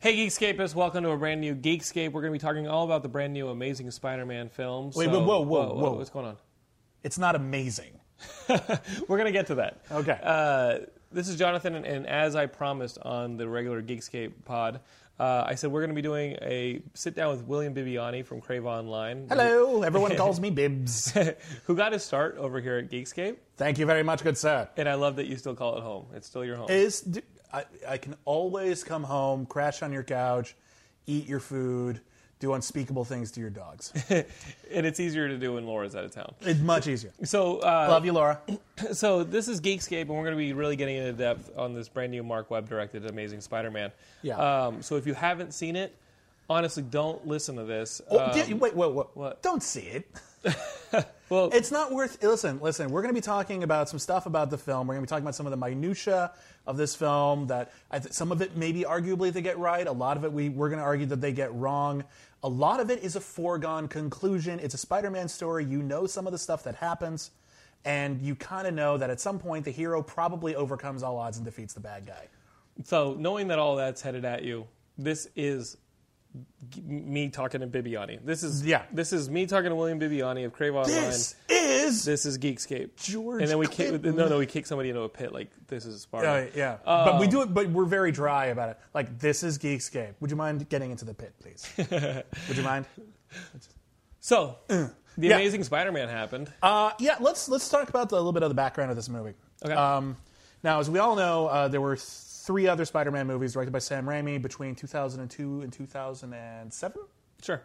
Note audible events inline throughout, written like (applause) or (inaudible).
Hey, Geekscapists, welcome to a brand new Geekscape. We're going to be talking all about the brand new Amazing Spider Man films. Wait, whoa, whoa, whoa, whoa. What's going on? (laughs) It's not amazing. We're going to get to that. Okay. Uh, this is Jonathan, and, and as I promised on the regular Geekscape pod, uh, I said we're going to be doing a sit down with William Bibiani from Crave Online. (laughs) Hello, everyone calls me (laughs) Bibs. Who got his start over here at Geekscape, Thank you very much, good sir. and I love that you still call it home. It's still your home. Is d- I, I can always come home, crash on your couch, eat your food, do unspeakable things to your dogs. (laughs) and it's easier to do when Laura's out of town. It's much easier. So, uh, (laughs) Love you, Laura. So this is Geekscape, and we're going to be really getting into depth on this brand new Mark Webb directed Amazing Spider-Man. Yeah. Um, so if you haven't seen it, honestly, don't listen to this. Oh, di- Um, wait, wait, wait. what? Don't see it. well, It's not worth. Listen, listen. We're going to be talking about some stuff about the film. We're going to be talking about some of the minutia of this film. That I th- some of it maybe arguably they get right. A lot of it we we're going to argue that they get wrong. A lot of it is a foregone conclusion. It's a Spider-Man story. You know some of the stuff that happens, and you kind of know that at some point the hero probably overcomes all odds and defeats the bad guy. so knowing that all that's headed at you, this is g- me talking to Bibiani. This is Yeah. This is me talking to William Bibiani of Crave Online. This is This is Geekscape. George And then we kick, Clinton. no, no, we kick somebody into a pit like this is Uh, Spider. yeah, but we do it. But we're very dry about it. Like this is Geekscape. Would you mind getting into the pit, please? (laughs) Would you mind? So the Uh, Yeah. Amazing Spider-Man happened. Uh, yeah, let's let's talk about the, a little bit of the background of this movie. Okay. Um, now, as we all know, uh, there were three other Spider-Man movies directed by Sam Raimi between 2002 and 2007, sure.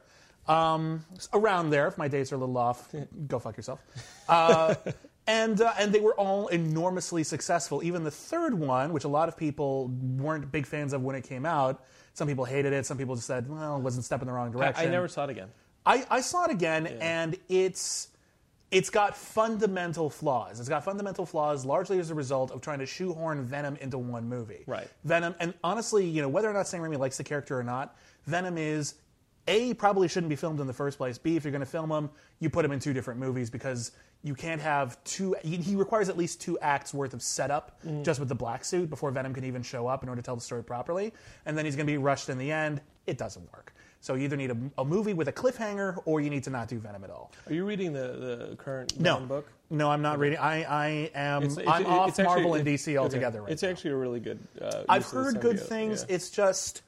um, s- around there. If my dates are a little off, (laughs) go fuck yourself. Uh, (laughs) and uh, and they were all enormously successful. Even the third one, which a lot of people weren't big fans of when it came out. Some people hated it. Some people just said, "Well, it wasn't stepping the wrong I, direction." I never saw it again. I, I saw it again, and it's it's got fundamental flaws. It's got fundamental flaws largely as a result of trying to shoehorn Venom into one movie. Right. Venom, and honestly, you know, whether or not Sam Raimi likes the character or not, Venom is a probably shouldn't be filmed in the first place. B, if you're going to film him, you put him in two different movies because you can't have two. He he requires at least two acts worth of setup just with the black suit before Venom can even show up in order to tell the story properly, and then he's going to be rushed in the end. It doesn't work. So you either need a, a movie with a cliffhanger or you need to not do Venom at all. Are you reading the, the current No Venom book? No, I'm not reading. I, I am. It's- it's- I'm it's off actually- Marvel and it- DC altogether okay. right It's now. actually a really good. Uh, I've use of the heard good symbiote, things. yeah. It's just,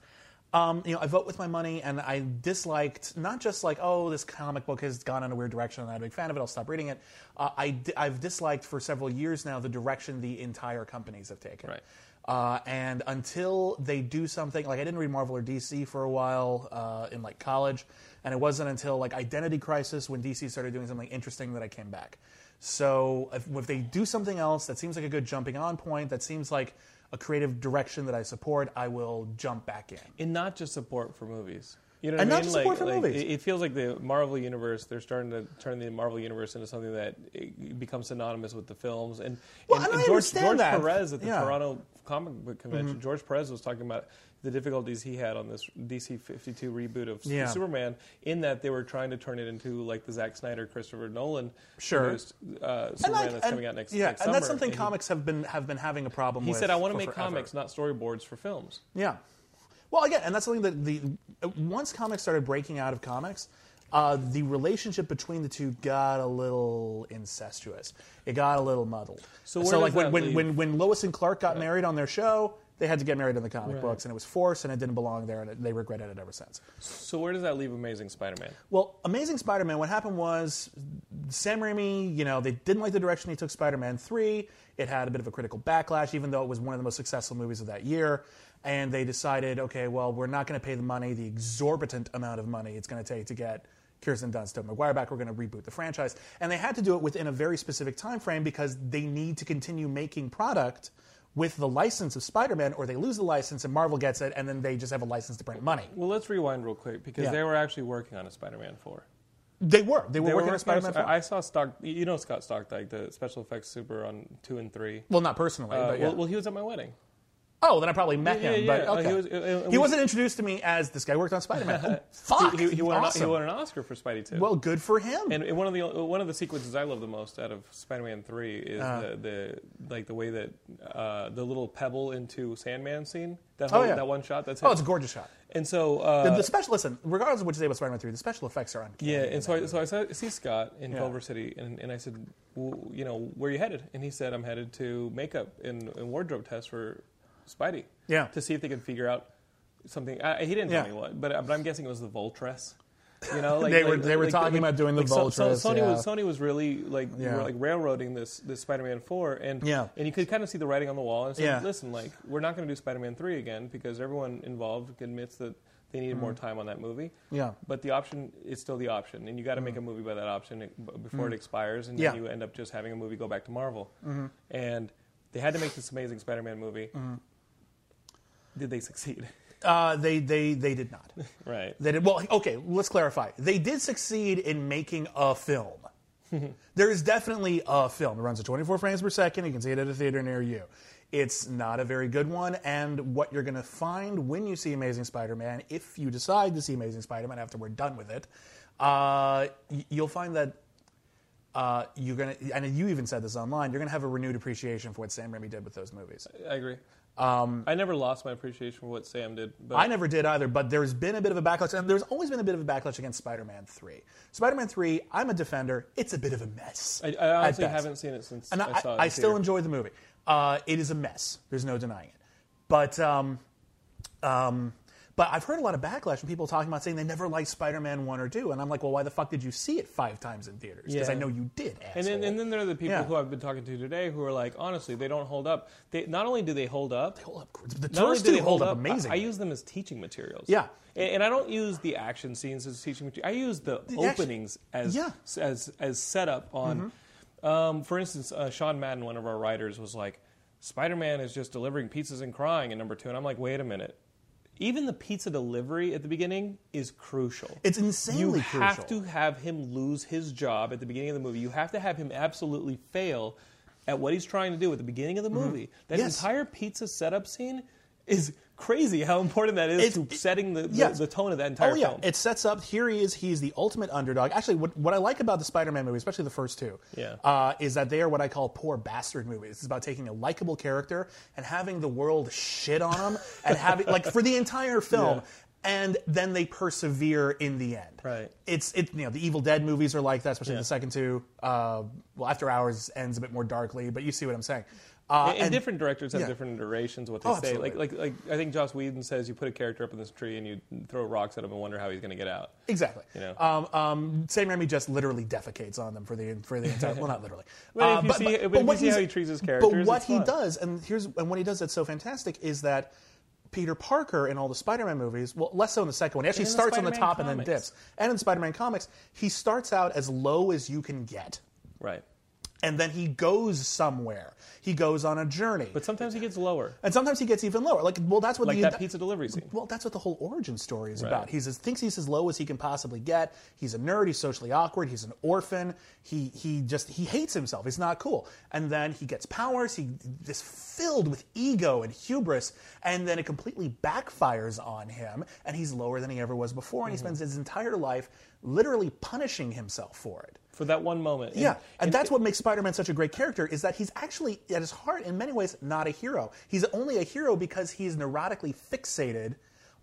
um, you know, I vote with my money, and I disliked not just like, oh, this comic book has gone in a weird direction, and I'm not a big fan of it. I'll stop reading it. Uh, I di- I've disliked for several years now the direction the entire companies have taken. Right. Uh, and until they do something like I didn't read Marvel or DC for a while uh, in like college, and it wasn't until like Identity Crisis when DC started doing something interesting that I came back. So if, if they do something else that seems like a good jumping on point, that seems like a creative direction that I support, I will jump back in. and not just support for movies. You know what And I mean? not just like, support for like, movies. It, it feels like the Marvel universe. They're starting to turn the Marvel universe into something that it becomes synonymous with the films. And, Well, and, and I George, understand George that. Perez at the Yeah. Mm-hmm. Toronto comic book convention, George Perez was talking about the difficulties he had on this DC 52 reboot of Yeah. Superman. In that they were trying to turn it into like the Zack Snyder, Christopher Nolan, Sure. produced, uh, Superman like- that's coming out next, yeah, next and that's summer. something he- comics have been have been having a problem He with. said, "I want to for make forever. comics, not storyboards for films." Yeah. Well, again, and that's something that the once comics started breaking out of comics, uh, the relationship between the two got a little incestuous. It got a little muddled. So where like does when that when, leave? when when Lois and Clark got married on their show, they had to get married in the comic books, and it was forced, and it didn't belong there, and it, they regretted it ever since. So where does that leave Amazing Spider-Man? Well, Amazing Spider-Man. What happened was Sam Raimi. You know, they didn't like the direction he took Spider-Man three. It had a bit of a critical backlash, even though it was one of the most successful movies of that year. And they decided, okay, well, we're not going to pay the money, the exorbitant amount of money it's going to take to get Kirsten Dunst, Tobey Maguire back. We're going to reboot the franchise, and they had to do it within a very specific time frame because they need to continue making product with the license of Spider-Man, or they lose the license and Marvel gets it, and then they just have a license to print money. Well, let's rewind real quick because Yeah. they were actually working on a Spider-Man 4. They were, they were They were working on Spider-Man. 4. I I saw Stock. You know Scott Stock, like the special effects super on two and three. Well, not personally, Uh, but yeah. well, well, he was at my wedding. Oh, then I probably met Yeah, him. yeah, But yeah. Uh, okay. he was- uh, uh, he we- wasn't introduced to me as this guy worked (laughs) on Spider-Man. Oh, fuck. He, he, won an, awesome. he won an Oscar for Spidey too. well, good for him. And and one of the one of the sequences I love the most out of Spider-Man Three is Uh. the, the like the way that uh, the little pebble into Sandman scene. That whole, yeah. that one shot. That's oh, him. it's a gorgeous shot. and so The, uh, the special. Listen, regardless of what you say about Spider-Man Three, the special effects are on. yeah, and so I, so I saw, see Scott in Yeah. Culver City, and, and I said, well, you know, where you headed? And he said, I'm headed to makeup and, and wardrobe test for Spidey. Yeah. To see if they could figure out something. I, he didn't Yeah. tell me what, but but I'm guessing it was the Voltress. You (laughs) know, like They like- were- they were talking about doing the so- so Voltress, Sony yeah. was Sony was really like Yeah. were like railroading this this Spider-Man four, and Yeah. and you could kind of see the writing on the wall. And said, Yeah. listen, like we're not going to do Spider-Man three again because everyone involved admits that they needed more time on that movie. Mm-hmm. Yeah. but the option is still the option, and you got to make a movie by that option eh, b- before it expires, and Mm-hmm. Yeah. Mm-hmm. then you end up just having a movie go back to Marvel. And they had to make this amazing Spider-Man movie. Did they succeed? (laughs) Uh, they they they did not. right. They did well. Okay, let's clarify. They did succeed in making a film. there is definitely a film. It runs at 24 frames per second. You can see it at a theater near you. It's not a very good one, and what you're going to find when you see Amazing Spider-Man, if you decide to see Amazing Spider-Man after we're done with it, uh, y- you'll find that uh, you're going to, and you even said this online, you're going to have a renewed appreciation for what Sam Raimi did with those movies. I agree. I Um, never lost my appreciation for what Sam did, but I never did either, but there's been a bit of a backlash, and there's always been a bit of a backlash against Spider-Man 3. Spider-Man 3, I'm a defender. It's a bit of a mess. I, I honestly at best. haven't seen it since And I, I, saw it. I in still theater. enjoy the movie. Uh, it is a mess. There's no denying it. But um, um, but I've heard a lot of backlash from people talking about saying they never liked Spider-Man 1 or 2, and I'm like, well, why the fuck did you see it five times in theaters? Because Yeah. I know you did, And then, asshole. and then there are the people Yeah. who I've been talking to today who are like, honestly, they don't hold up. They not only do they hold up, hold up. The not only first do two they hold up, amazing. I, I use them as teaching materials. Yeah. and, and I don't use the action scenes as teaching material. I use the, action- openings as Yeah. as as setup on. Um, for instance, uh, Sean Madden, one of our writers, was like, "Spider-Man is just delivering pizzas and crying." In number two, and I'm like, "Wait a minute." Even the pizza delivery at the beginning is crucial. It's insanely You crucial. have to have him lose his job at the beginning of the movie. You have to have him absolutely fail at what he's trying to do at the beginning of the movie. That Mm-hmm. Yes. entire pizza setup scene is crazy. How important that is It's- to it- setting the, the, yes. the tone of that entire oh, yeah. film. It sets up. Here he is. He's the ultimate underdog. Actually, what, what I like about the Spider-Man movie, especially the first two, Yeah. uh, is that they are what I call poor bastard movies. It's about taking a likable character and having the world shit (laughs) on him and having like for the entire film. Yeah. And then they persevere in the end. Right. It's it you know the Evil Dead movies are like that, especially Yeah. the second two. Uh, well, After Hours ends a bit more darkly, but you see what I'm saying. Uh, and, different directors have yeah. different iterations of what they Oh, say. Like, absolutely. like, like I think Joss Whedon says, you put a character up in this tree and you throw rocks at him and wonder how he's going to get out. Exactly. You know. Um, um, Sam Raimi just literally defecates on them for the for the entire. well, not literally. Uh, Well, if you see- but if you what see how he's- he treats his But characters, what it's he fun. does, and here's and what he does that's so fantastic is that Peter Parker in all the Spider-Man movies, well, less so in the second one, he in actually the starts on the Spider-Man top and then comics. dips. And in Spider-Man comics, he starts out as low as you can get, Right. and then he goes somewhere. He goes on a journey, But sometimes he gets lower, and sometimes he gets even lower. Like, well, that's what like the that enti- pizza delivery scene. well, that's what the whole origin story is about. He thinks he's as low as he can possibly get. He's a nerd. He's socially awkward. He's an orphan. He he just he hates himself. He's not cool. And then he gets powers. He is filled with ego and hubris. And then it completely backfires on him. And he's lower than he ever was before. And he spends his entire life literally punishing himself for it. For that one moment. And- Yeah, and, that's what makes Spider-Man such a great character is that he's actually at his heart in many ways not a hero. He's only a hero because he's neurotically fixated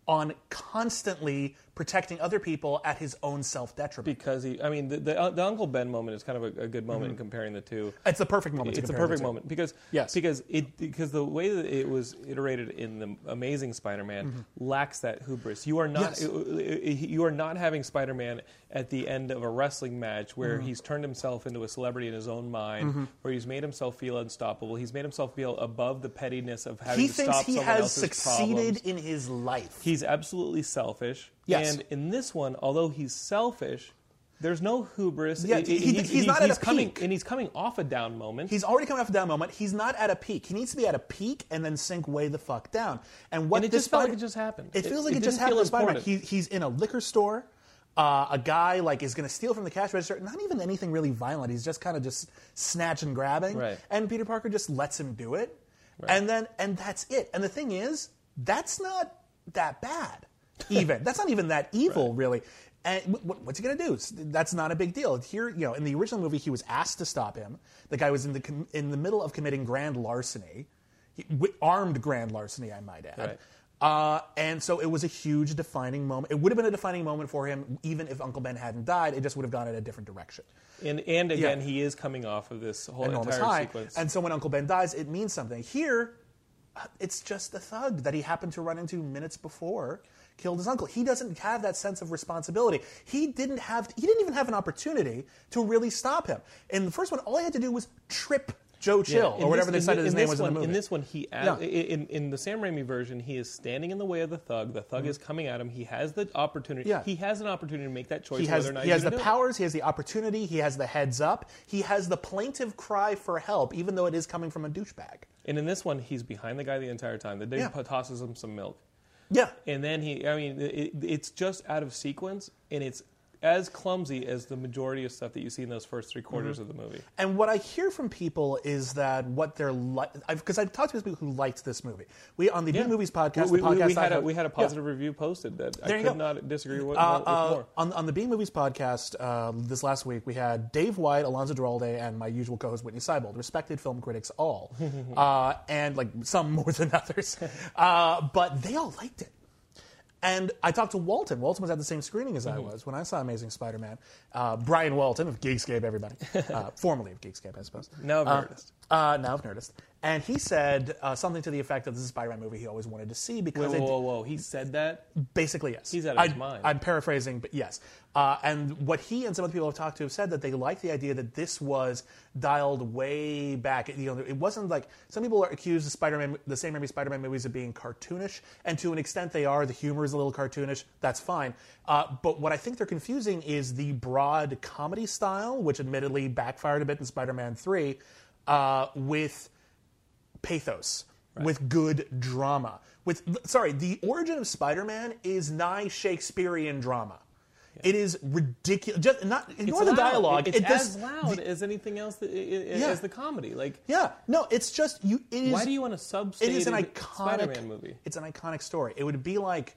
on constantly protecting other people at his own self-detriment. because he, I mean, the, the, the Uncle Ben moment is kind of a, a good moment in comparing the two. Mm-hmm. It's the perfect moment. to It's a compare the perfect two. moment because Yes. because it because the way that it was iterated in the Amazing Spider-Man lacks that hubris. You are not Mm-hmm. Yes. you are not having Spider-Man at the end of a wrestling match where Mm-hmm. he's turned himself into a celebrity in his own mind, where he's made himself feel unstoppable. He's made himself feel above the pettiness of having He to thinks stop he someone has else's succeeded problems. in his life. He's absolutely selfish. Yes. And in this one, although he's selfish, there's no hubris. Yeah, It- he- it- he's not at a coming, peak. and he's coming off a down moment. He's already coming off a down moment. He's not at a peak. He needs to be at a peak and then sink way the fuck down. And what And it this just felt Spider- like it just happened. It It- feels like it it, just didn't feel happened. in Spider-Man. He, important. he's in a liquor store. Uh, a guy like is going to steal from the cash register. Not even anything really violent. He's just kind of just snatch and grabbing. Right. And Peter Parker just lets him do it. and then and that's it. And the thing is, that's not that bad. Even that's not even that evil, really. And wh- wh- what's he gonna do? It's- That's not a big deal. Here, you know, in the original movie, he was asked to stop him. The guy was in the com- in the middle of committing grand larceny, He- wi- armed grand larceny, I might add. Right. Uh, and so it was a huge defining moment. It would have been a defining moment for him, even if Uncle Ben hadn't died. It just would have gone in a different direction. And and again, Yeah. he is coming off of this whole enormous entire high. sequence. And so when Uncle Ben dies, it means something. Here, uh, it's just the thug that he happened to run into minutes before killed his uncle. He doesn't have that sense of responsibility. He didn't have. He didn't even have an opportunity to really stop him. In the first one, all he had to do was trip Joe Chill In or whatever this- they decided in, his in name this was one, in the movie. this one, he ad- Yeah. in, in the Sam Raimi version, he is standing in the way of the thug. The thug is coming at him. He has the opportunity. Mm-hmm. Yeah. He has an opportunity to make that choice. he has, whether or not he he's has the gonna do it. powers, he has the opportunity, he has the heads up, he has the plaintive cry for help, even though it is coming from a douchebag. And in this one, he's behind the guy the entire time. The dude Yeah. po- tosses him some milk, Yeah. and then he. I mean, it, it's just out of sequence, and it's as clumsy as the majority of stuff that you see in those first Mm-hmm. three quarters of the movie. And what I hear from people is that what they're like, because I've talked to people who liked this movie. We on the New Movies podcast, We, the we- we podcast I had a, have- we had a Yeah. positive review posted that There I you could go. not disagree with, Uh, with uh, more. on, on the Being Movies podcast uh, this last week, we had Dave White, Alonzo Duralde, and my usual co-host Whitney Seibold, respected film critics (laughs) all, uh, and like some (laughs) more than others, uh, but they all liked it. And I talked to Walton. Walton was at the same screening as I Mm-hmm. was when I saw Amazing Spider-Man. Uh, Brian Walton of Geekscape, (laughs) everybody, uh, formerly of Geekscape, I suppose. Now of Uh, Nerdist. Uh, now of Nerdist. And he said uh, something to the effect of this is a Spider-Man movie he always wanted to see Whoa, because whoa, it whoa, whoa! He said that. Basically, yes. He's out of his I- mind. I'm paraphrasing, but yes. Uh, and what he and some of the people I've talked to have said that they like the idea that this was dialed way back. You know, it wasn't like some people are accused of Spider-Man, the same Raimi Spider-Man movies of being cartoonish, and to an extent they are. The humor is a little cartoonish. That's fine. Uh, but what I think they're confusing is the broad comedy style, which admittedly backfired a bit in Spider-Man Three, uh, with pathos, with good drama. With sorry, the origin of Spider-Man is nigh Shakespearean drama. It is ridiculous. Just not ignore the loud. dialogue. It's it as does- loud as anything else that, i- i- Yeah. as the comedy. Like, Yeah, no, it's just you. It is. why do you want to It substitute is an iconic Spider-Man movie? It's an iconic story. It would be like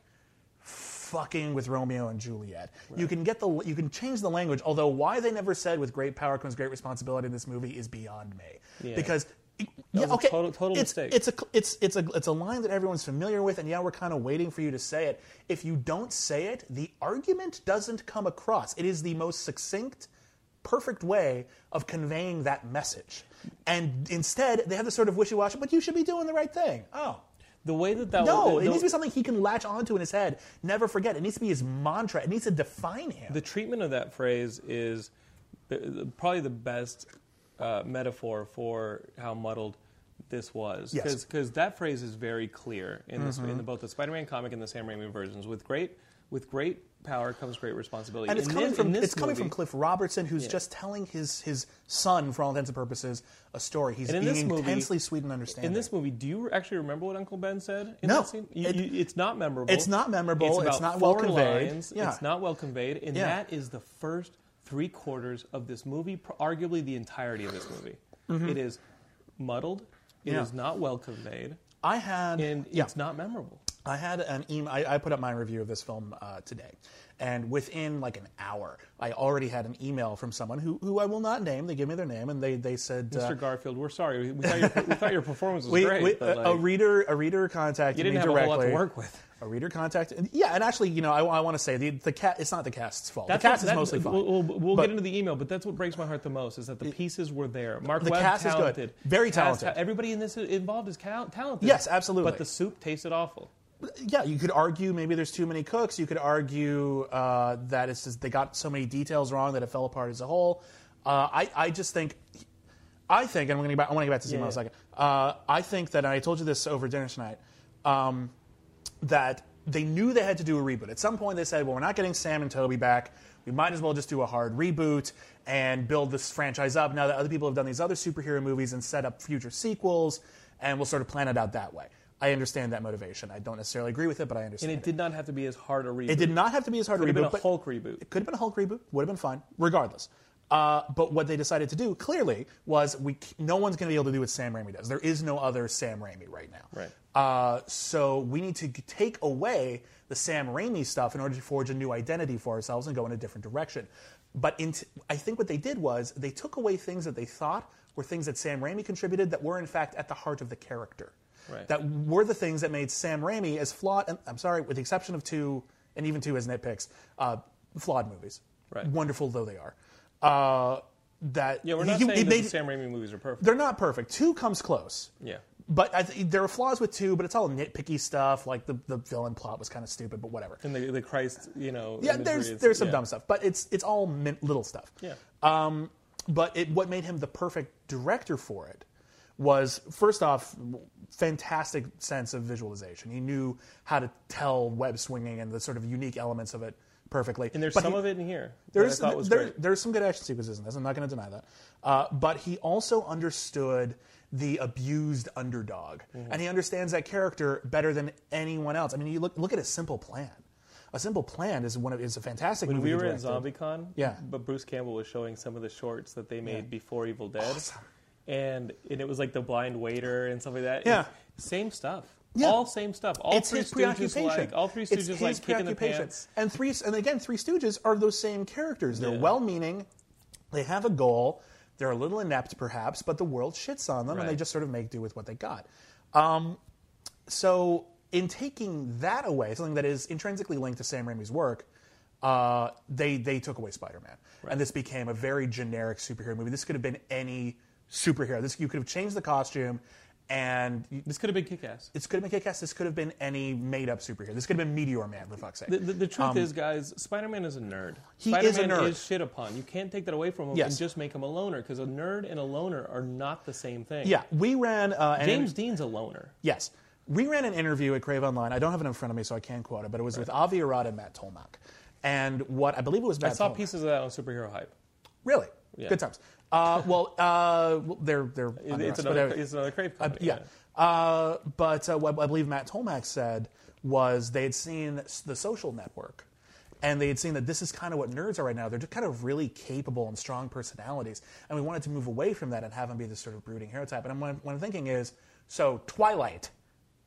fucking with Romeo and Juliet. You can get the you can change the language. Although why they never said with great power comes great responsibility in this movie is beyond me. Yeah. Because was yeah, a okay, total- total it's, mistake. it's a it's it's a it's a line that everyone's familiar with, and yeah, we're kind of waiting for you to say it. If you don't say it, the argument doesn't come across. It is the most succinct, perfect way of conveying that message. And instead, they have this sort of wishy-washy, but you should be doing the right thing. Oh. The way that that No, the, it the- needs to be something he can latch onto in his head, never forget. It needs to be his mantra. It needs to define him. the treatment of that phrase is the- the- probably the best uh, metaphor for how muddled this was. Yes. Mm-hmm. Because that phrase is very clear in, this, in the, both the Spider-Man comic and the Sam Raimi versions. With great, with great power comes great responsibility. and it's In coming this- from in this it's coming from movie- Cliff Robertson, who's just telling his his son, for all intents and purposes, a story. He's And in being this movie- intensely sweet and understanding. In this movie, do you actually remember what Uncle Ben said? In No. that scene? You- It- you- it's not memorable. it's not memorable. It's, It's about not well four conveyed. Lines. Yeah. It's not well conveyed, and Yeah. that is the first three quarters of this movie, pr- arguably the entirety of this movie. It is muddled. It is Mm-hmm. Yeah. not well conveyed, I had and yeah. it's not memorable. I had an email. I, I put up my review of this film uh, today, and within like an hour, I already had an email from someone who, who I will not name. They gave me their name, and they they said, uh, Mr. Garfield, we're sorry. We thought your, we thought your performance was we, great. we- but, a- like, a reader a reader contacted you didn't me have directly. a whole lot to work with. A reader contacted. Yeah, and actually, you know, I, I want to say the the cat. It's not the cast's fault. That's the what- cast is that- mostly fine. We'll, we'll, we'll But- get into the email, but that's what breaks my heart the most is that the pieces were there. Mark The Webb cast is good. talented, Very Taz- talented. everybody in this involved is cal- talented. Yes, absolutely. But the soup tasted awful. yeah, you could argue maybe there's too many cooks. You could argue uh, that it's just they got so many details wrong that it fell apart as a whole. Uh, I I just think. I think, and I'm going to I want to get back to this email in a Yeah, yeah. second. Uh, I think that and I told you this over dinner tonight. Um, that they knew they had to do a reboot. At some point, they said, "Well, we're not getting Sam and Toby back. We might as well just do a hard reboot and build this franchise up." Now that other people have done these other superhero movies and set up future sequels, and we'll sort of plan it out that way. I understand that motivation. I don't necessarily agree with it, but I And understand. it did not have to be as hard a reboot. It did not have to be as hard Could a have reboot. been a but Hulk reboot. It could have been a Hulk reboot. Would have been fine, regardless. Uh, but what they decided to do clearly was we c- no one's going to be able to do what Sam Raimi does. There is no other Sam Raimi right now. Right. Uh, so we need to g- take away the Sam Raimi stuff in order to forge a new identity for ourselves and go in a different direction. But in t- I think what they did was they took away things that they thought were things that Sam Raimi contributed that were in fact at the heart of the character. Right. That were the things that made Sam Raimi as flawed. And I'm sorry, with the exception of two, and even two as nitpicks, uh, flawed movies. Right. Wonderful though they are. Uh, that Yeah, we're he- not he- saying it that made- the Sam Raimi movies are perfect. they're not perfect. Two comes close. Yeah. But I th- there are flaws with two, but it's all nitpicky stuff. Like the, the villain plot was kind of stupid, but whatever. And the, the Christ, you know. Yeah, imagery there's is- there's some yeah. dumb stuff, but it's it's all min- little stuff. Yeah. Um, but it, what made him the perfect director for it was first off, fantastic sense of visualization. He knew how to tell web swinging and the sort of unique elements of it perfectly. And there's some of it in here. There that is I thought was there- great. there's some good action sequences in this. I'm not going to deny that. Uh, but he also understood the abused underdog, Mm-hmm. and he understands that character better than anyone else. I mean, you look look at a simple plan. A simple plan is one of is a fantastic movie. We he were at directed. ZombieCon. Yeah. But Bruce Campbell was showing some of the shorts that they made before Evil Dead. And and it was like the blind waiter and stuff like that. Yeah. And same stuff. Yeah. All same stuff. All It's three his Stooges preoccupation. like all three It's Stooges his like kicking the preoccupation. pants. And three and again, three Stooges are those same characters. They're Yeah. well-meaning. They have a goal. They're a little inept, perhaps, but the world shits on them, and they Right. just sort of make do with what they got. Um, so, in taking that away, something that is intrinsically linked to Sam Raimi's work, uh, they they took away Spider-Man, and this became a very generic superhero movie. This could have been any superhero. This you could have changed the costume, and you- This could have been kick ass. this could have been Kick-Ass. This could have been any made-up superhero. This could have been Meteor Man, for fuck's sake. The, the, the truth is, guys, Spider Man is a nerd. Um, He Spider-Man is a nerd. is shit upon. You can't take that away from him Yes. and just make him a loner because a nerd and a loner are not the same thing. yeah, we ran uh, an James Dean's a loner. Yes. We ran an interview at Crave Online. I don't have it in front of me, so I can't quote it, but it was with Avi Arad and Matt Tolmach. And what I believe it was I Matt saw Tolmach. pieces of that on superhero hype. Really? Yeah. Good times. Uh, well, uh, well, they're, they're It- under it's, us, but another, anyway. it's another crave company. yeah. Uh, but uh, what I believe Matt Tolmack said was they had seen the social network. And they had seen that this is kind of what nerds are right now. They're just kind of really capable and strong personalities. And we wanted to move away from that and have them be this sort of brooding hero type. And I'm, what, I'm, what I'm thinking is so Twilight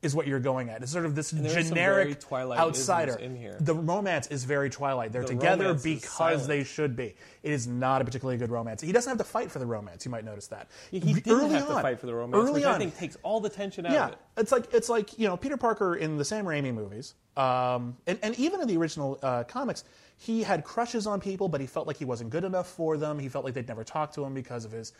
is what you're going at. It's sort of this there are some very generic Twilight-isms outsider. in here. The romance is very Twilight. They're together romance is because silent. they should be. It is not a particularly good romance. He doesn't have to fight for the romance. You might notice that. He did Early have on- to fight for the romance, Early which on, I think takes all the tension out of yeah, it. it's like it's like you know Peter Parker in the Sam Raimi movies, um, and and even in the original uh, comics, he had crushes on people, but he felt like he wasn't good enough for them. He felt like they'd never talk to him because of his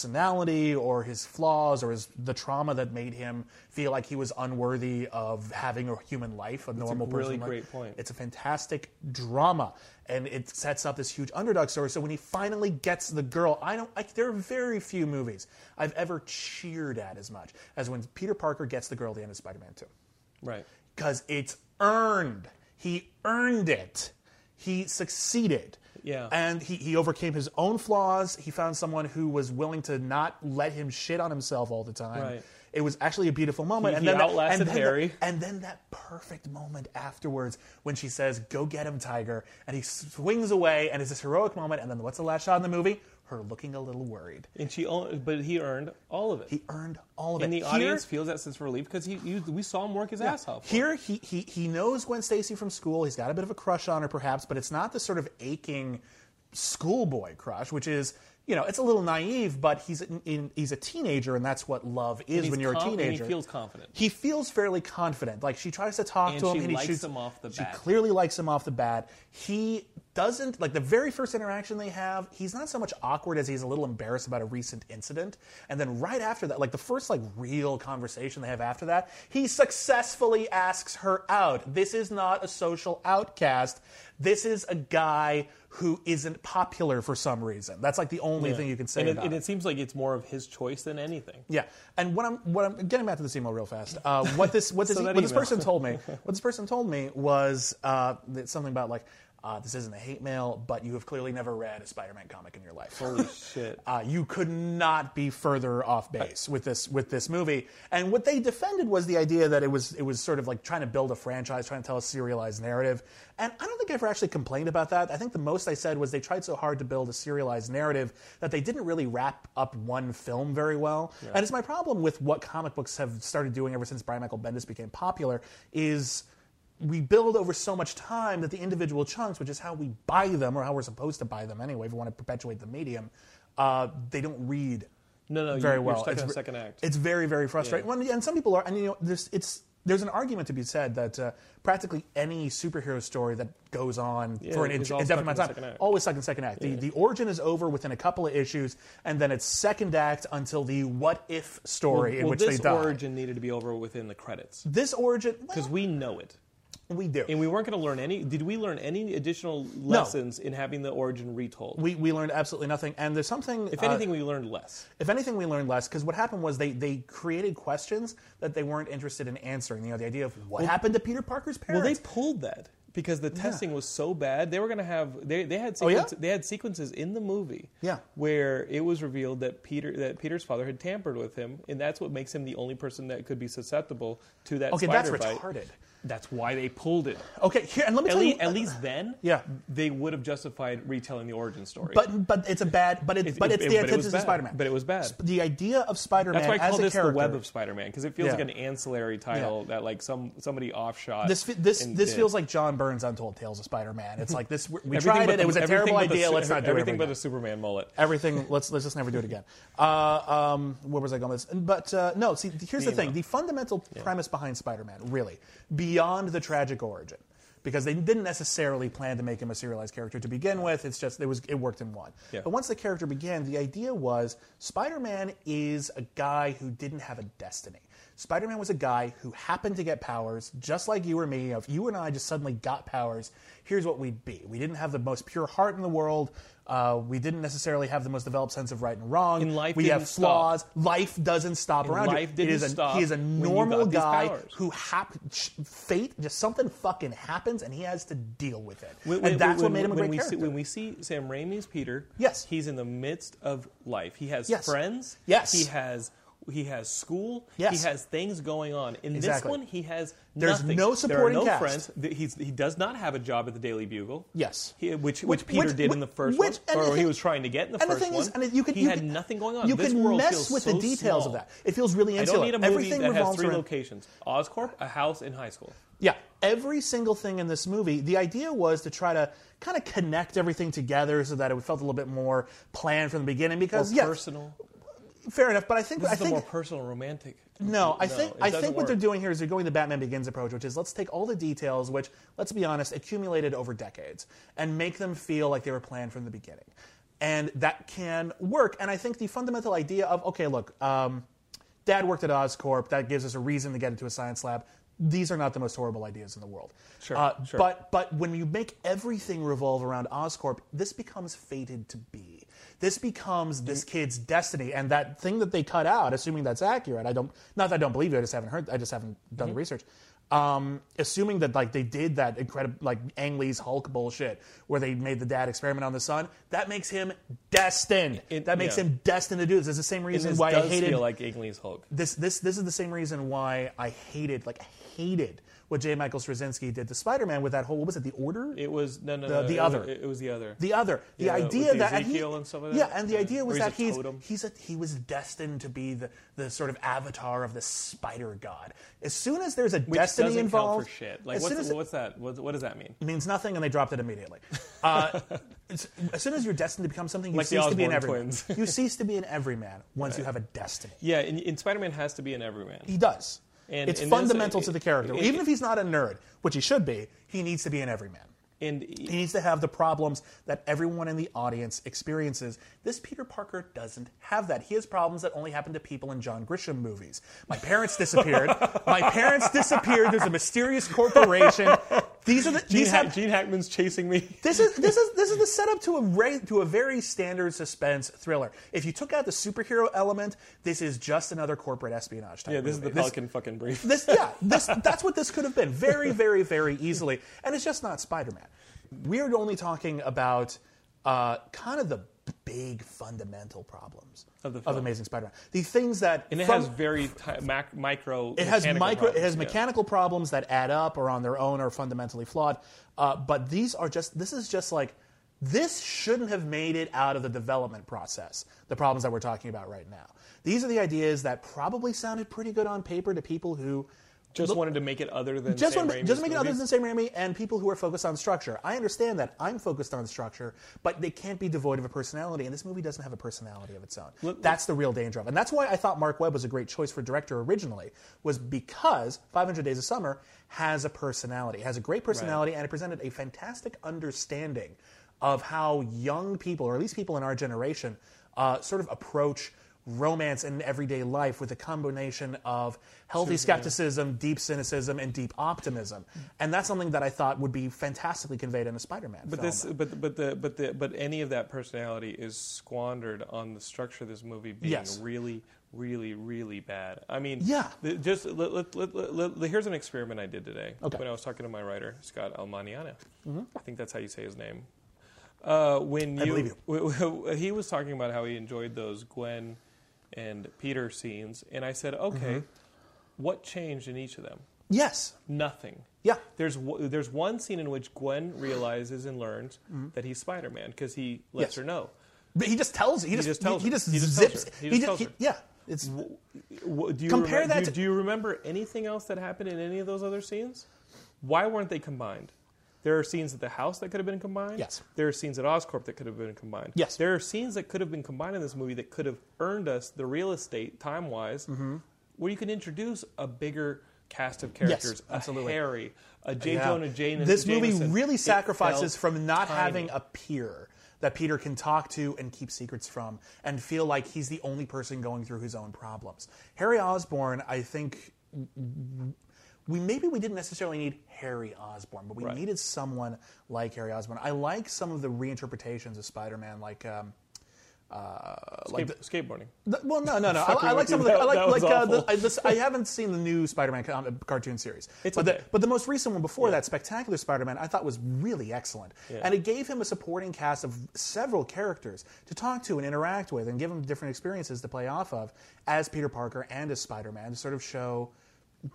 personality or his flaws or his the trauma that made him feel like he was unworthy of having a human life, a normal really person. life. great point. It's a fantastic drama, and it sets up this huge underdog story. So when he finally gets the girl, I don't. Like, there are very few movies I've ever cheered at as much as when Peter Parker gets the girl at the end of Spider-Man Two, Right. because it's earned. He earned it. He succeeded. Yeah. And he, he overcame his own flaws. He found someone who was willing to not let him shit on himself all the time. Right. It was actually a beautiful moment. He- and he then that- outlasted and then Harry. that- and then that perfect moment afterwards when she says, Go get him, Tiger. And he swings away, and it's this heroic moment. And then what's the last shot in the movie? Her looking a little worried. And she, own- but he earned all of it. He earned all of and it. the Here- audience feels that sense of relief because he, you, we saw him work his ass off. for it. Here, he, he, he knows Gwen Stacy from school. He's got a bit of a crush on her, perhaps, but it's not the sort of aching schoolboy crush, which is, you know, it's a little naive, but he's, in, in, he's a teenager, and that's what love is He's when you're com- a and teenager. he feels confident. he feels fairly confident. Like she tries to talk And to him, she and he likes shoots him off the she bat. clearly likes him off the bat. He doesn't like the very first interaction they have. He's not so much awkward as he's a little embarrassed about a recent incident. And then right after that, like the first like real conversation they have after that, he successfully asks her out. This is not a social outcast. This is a guy who isn't popular for some reason. That's like the only thing you can say and it, about and it. it seems like it's more of his choice than anything. Yeah, and what I'm what I'm getting back to this email real fast. (laughs) Uh, what this what this So that what this (laughs) email. person told me what this person told me was uh, that something about like Uh, this isn't a hate mail, but you have clearly never read a Spider-Man comic in your life. Holy (laughs) shit. Uh, you could not be further off base with this with this movie. And what they defended was the idea that it was it was sort of like trying to build a franchise, trying to tell a serialized narrative. And I don't think I ever actually complained about that. I think the most I said was they tried so hard to build a serialized narrative that they didn't really wrap up one film very well. And it's my problem with what comic books have started doing ever since Brian Michael Bendis became popular is we build over so much time that the individual chunks, which is how we buy them or how we're supposed to buy them anyway, if we want to perpetuate the medium, uh, they don't read No, no, Oh, you- very you're well. stuck in it's, a re- second act. It's very, very frustrating. When- and some people are, and you know, there's it's there's an argument to be said that uh, practically any superhero story that goes on for an it's inde- all indefinite stuck in the amount of second time act. always stuck in second act. The, the origin is over within a couple of issues, and then it's second act until the what if story in well, which this they die. origin needed to be over within the credits this origin, because well, we know it, we do. and we weren't going to learn any. Did we learn any additional lessons in having the origin retold? we, we learned absolutely nothing, and there's something. uh, if anything, we learned less. if anything, we learned less because what happened was they, they created questions that they weren't interested in answering. You know, the idea of what happened to Peter Parker's Well, parents. they pulled that because the testing was so bad. They were going to have they, they had Oh, yeah? sequence- they had sequences in the movie Yeah. where it was revealed that Peter that Peter's father had tampered with him, and that's what makes him the only person that could be susceptible to that. okay, that's spider bite. retarded. That's why they pulled it. Okay, here and let me At, tell lea- you. uh, at least then, Yeah. they would have justified retelling the origin story. but but it's a bad. But it's It- but it- it's it- the but it was antithesis of bad. Spider-Man. But it was bad. Sp- The idea of Spider-Man that's why I as call a this character. the web of Spider-Man because it feels Yeah. like an ancillary title that like some somebody offshot. this fe- this and this did. feels like John Burns' Untold Tales of Spider-Man. It's like this. We Everything tried but it. the- it was a everything terrible but the idea. su- let's not do it everything ever but again. the Superman mullet. everything let's let's just never do it again uh, um, where was i going with this but uh, no see th- here's the thing the fundamental premise behind spider-man really beyond the tragic origin because they didn't necessarily plan to make him a serialized character to begin with it's just it was it worked in one Yeah. but once the character began the idea was spider-man is a guy who didn't have a destiny spider-man was a guy who happened to get powers just like you or me if you and i just suddenly got powers here's what we'd be we didn't have the most pure heart in the world uh, we didn't necessarily have the most developed sense of right and wrong. And life we have didn't stop. flaws. Life doesn't stop And around you. life It didn't is a, stop He is a when you normal got these guy powers. who hap- ch- fate just something fucking happens and he has to deal with it. When- and when- that's when- what made him a when great we character. See, when we see Sam Raimi's Peter, Yes. he's in the midst of life. He has Yes. friends. Yes. he has he has school. Yes. he has things going on. In Exactly. this one, he has There's nothing. no supporting there are no cast. friends. Th- He's, he does not have a job at the Daily Bugle. Yes. He- which, Which- which Peter which- did in the first which- one, and or the he thing- was trying to get in the and the first thing one. is, and it- you could he you had could- nothing going on. You this can world mess feels with so the details small. of that. It feels really I insular. don't need a movie Everything that has revolves three around locations: Oscorp, a house, and high school. Yeah, every single thing in this movie, the idea was to try to kind of connect everything together so that it felt a little bit more planned from the beginning. Because yeah, Personal. fair enough. But I think This I is the think more personal, romantic. No, I think it I doesn't think what they're work. doing here is they're going the Batman Begins approach, which is let's take all the details, which let's be honest, accumulated over decades, and make them feel like they were planned from the beginning, and that can work. And I think the fundamental idea of okay, look, um, Dad worked at Oscorp, that gives us a reason to get into a science lab. These are not the most horrible ideas in the world. Uh, Sure, sure. But but when you make everything revolve around Oscorp, this becomes fated to be. This becomes this kid's destiny, and that thing that they cut out, assuming that's accurate. I don't, not that I don't believe you. I just haven't heard. I just haven't done Mm-hmm. the research. Um, assuming that like they did that incredible like Ang Lee's Hulk bullshit, where they made the dad experiment on the son, that makes him destined. It- that makes yeah. him destined to do this. It's the same reason This why does I hated feel like Igley's Hulk. this this this is the same reason why I hated like hated what J. Michael Straczynski did to Spider-Man with that whole what was it the Order It was no, no, The- no, the it other. Was, it, was the other. the other the Yeah, with idea the that Ezekiel and stuff like yeah that. and the Yeah. idea was Or he's that a he's totem. he's a, he was destined to be the the sort of avatar of the Spider God. As soon as there's a Which destiny doesn't count involved, for shit. Like as soon what's, as what's that? What, what does that mean? it means nothing, and they dropped it immediately. (laughs) Uh, as as soon as you're destined to become something, you Like the cease to be an Osborn everyman. twins. you cease to be an everyman once you have a destiny. Yeah, and, and Spider-Man has to be an everyman. He does. And- it's and this- fundamental to the character. it- Even if he's not a nerd, which he should be, he needs to be an everyman. And He needs to have the problems that everyone in the audience experiences. This Peter Parker doesn't have that. He has problems that only happen to people in John Grisham (laughs) movies. My parents disappeared. My parents disappeared. There's a mysterious corporation. These (laughs) are the Gene, these Hack- have, Gene Hackman's chasing me. this is this is this is the setup to a ra- to a very standard suspense thriller. If you took out the superhero element, this is just another corporate espionage type. Yeah, this is movie. the Pelican fucking brief. This, yeah, this that's what this could have been. Very, very, very easily. And it's just not Spider-Man. We're only talking about uh, kind of the big fundamental problems Of the film. Amazing Spider-Man. The things that And it from- has very ti mac- micro. it has mechanical micro it problems, has yeah. mechanical problems that add up or on their own are fundamentally flawed uh, but these are just this is just like this shouldn't have made it out of the development process the problems that we're talking about right now these are the ideas that probably sounded pretty good on paper to people who Just wanted to make it other than just Sam want to, Raimi's just make it other movies. than Sam Raimi and people who are focused on structure. I understand that I'm focused on structure, but they can't be devoid of a personality, and this movie doesn't have a personality of its own. that's the real danger of it, and that's why I thought Mark Webb was a great choice for director originally, was because 500 Days of Summer has a personality, It has a great personality, and it presented a fantastic understanding of how young people, or at least people in our generation, uh, sort of approach. Romance and everyday life with a combination of healthy skepticism, deep cynicism, and deep optimism. And that's something that I thought would be fantastically conveyed in a Spider-Man But film. this, but but the but the but any of that personality is squandered on the structure of this movie being Yes. really, really, really bad. I mean, Yeah. the- just let, let, let, let- let- here's an experiment I did today Okay. Mm-hmm. when I was talking to my writer Scott Almaniana. I think that's how you say his name. Uh, when you, believe you. (laughs) he was talking about how he enjoyed those Gwen and Peter scenes, and I said, okay, Mm-hmm. what changed in each of them? yes. Nothing. Yeah. There's w- there's one scene in which Gwen realizes and learns that he's Spider-Man because he lets Mm-hmm. Yes. her know. But he just tells. He, just, just tells He, her. just He just tells zips. her. He just tells her. yeah. It's W- Do you Compare remem- that do, to- do you remember anything else that happened in any of those other scenes? Why weren't they combined? There are scenes at the house that could have been combined. Yes. There are scenes at Oscorp that could have been combined. Yes. There are scenes that could have been combined in this movie that could have earned us the real estate time wise, Mm-hmm. where you can introduce a bigger cast of characters, absolutely. a Harry, a J. yeah. Jonah Jane. This Jameson. movie really It sacrifices felt from not tiny. having a peer that Peter can talk to and keep secrets from, and feel like he's the only person going through his own problems. Harry Osborne, I think. we maybe we didn't necessarily need Harry Osborn, but we Right. needed someone like Harry Osborn. I like some of the reinterpretations of Spider-Man, like um, Skate- skateboarding. Th- well, no, no, no. I, I with like some you. of the. I That- like, that was like uh, awful. the, I, this, I haven't seen the new Spider-Man com- uh, cartoon series, It's but, okay. the, but the most recent one before that, Spectacular Spider-Man, I thought was really excellent, and it gave him a supporting cast of several characters to talk to and interact with, and give him different experiences to play off of as Peter Parker and as Spider-Man to sort of show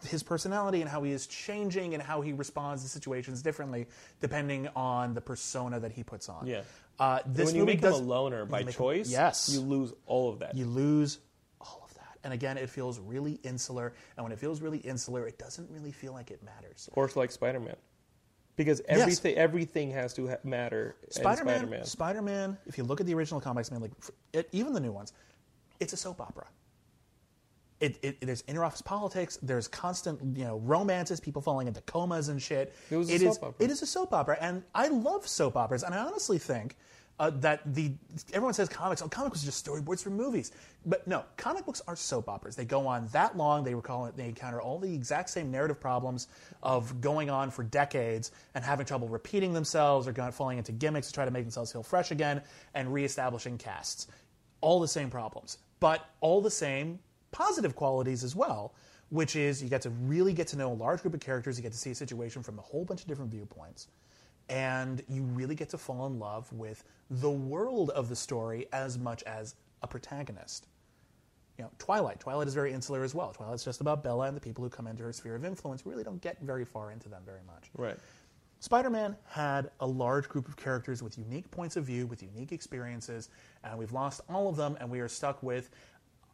his personality and how he is changing and how he responds to situations differently depending on the persona that he puts on. Yeah. Uh, this when you movie make does, him a loner by make him- choice, yes. you lose all of that. you lose all of that. And again, it feels really insular. And when it feels really insular, it doesn't really feel like it matters. Of course, like Spider Man, because everything everything has to ha- matter. Spider Spider-Man, Man, Spider-Man, if you look at the original comics, man, like f- it, even the new ones, it's a soap opera. It, it, there's interoffice politics. There's constant, you know, romances. People falling into comas and shit. It was a is- soap opera. It is a soap opera, and I love soap operas. And I honestly think uh, that the everyone says comics. Oh, comic books are just storyboards for movies. But no, comic books are soap operas. They go on that long. They recall it. They encounter all the exact same narrative problems of going on for decades and having trouble repeating themselves or going, falling into gimmicks to try to make themselves feel fresh again and reestablishing casts all the same problems, but all the same positive qualities as well, which is you get to really get to know a large group of characters, you get to see a situation from a whole bunch of different viewpoints, and you really get to fall in love with the world of the story as much as a protagonist. You know, Twilight. Twilight is very insular as well. Twilight's just about Bella and the people who come into her sphere of influence. We really don't get very far into them very much. right? Spider Man had a large group of characters with unique points of view, with unique experiences, and we've lost all of them, and we are stuck with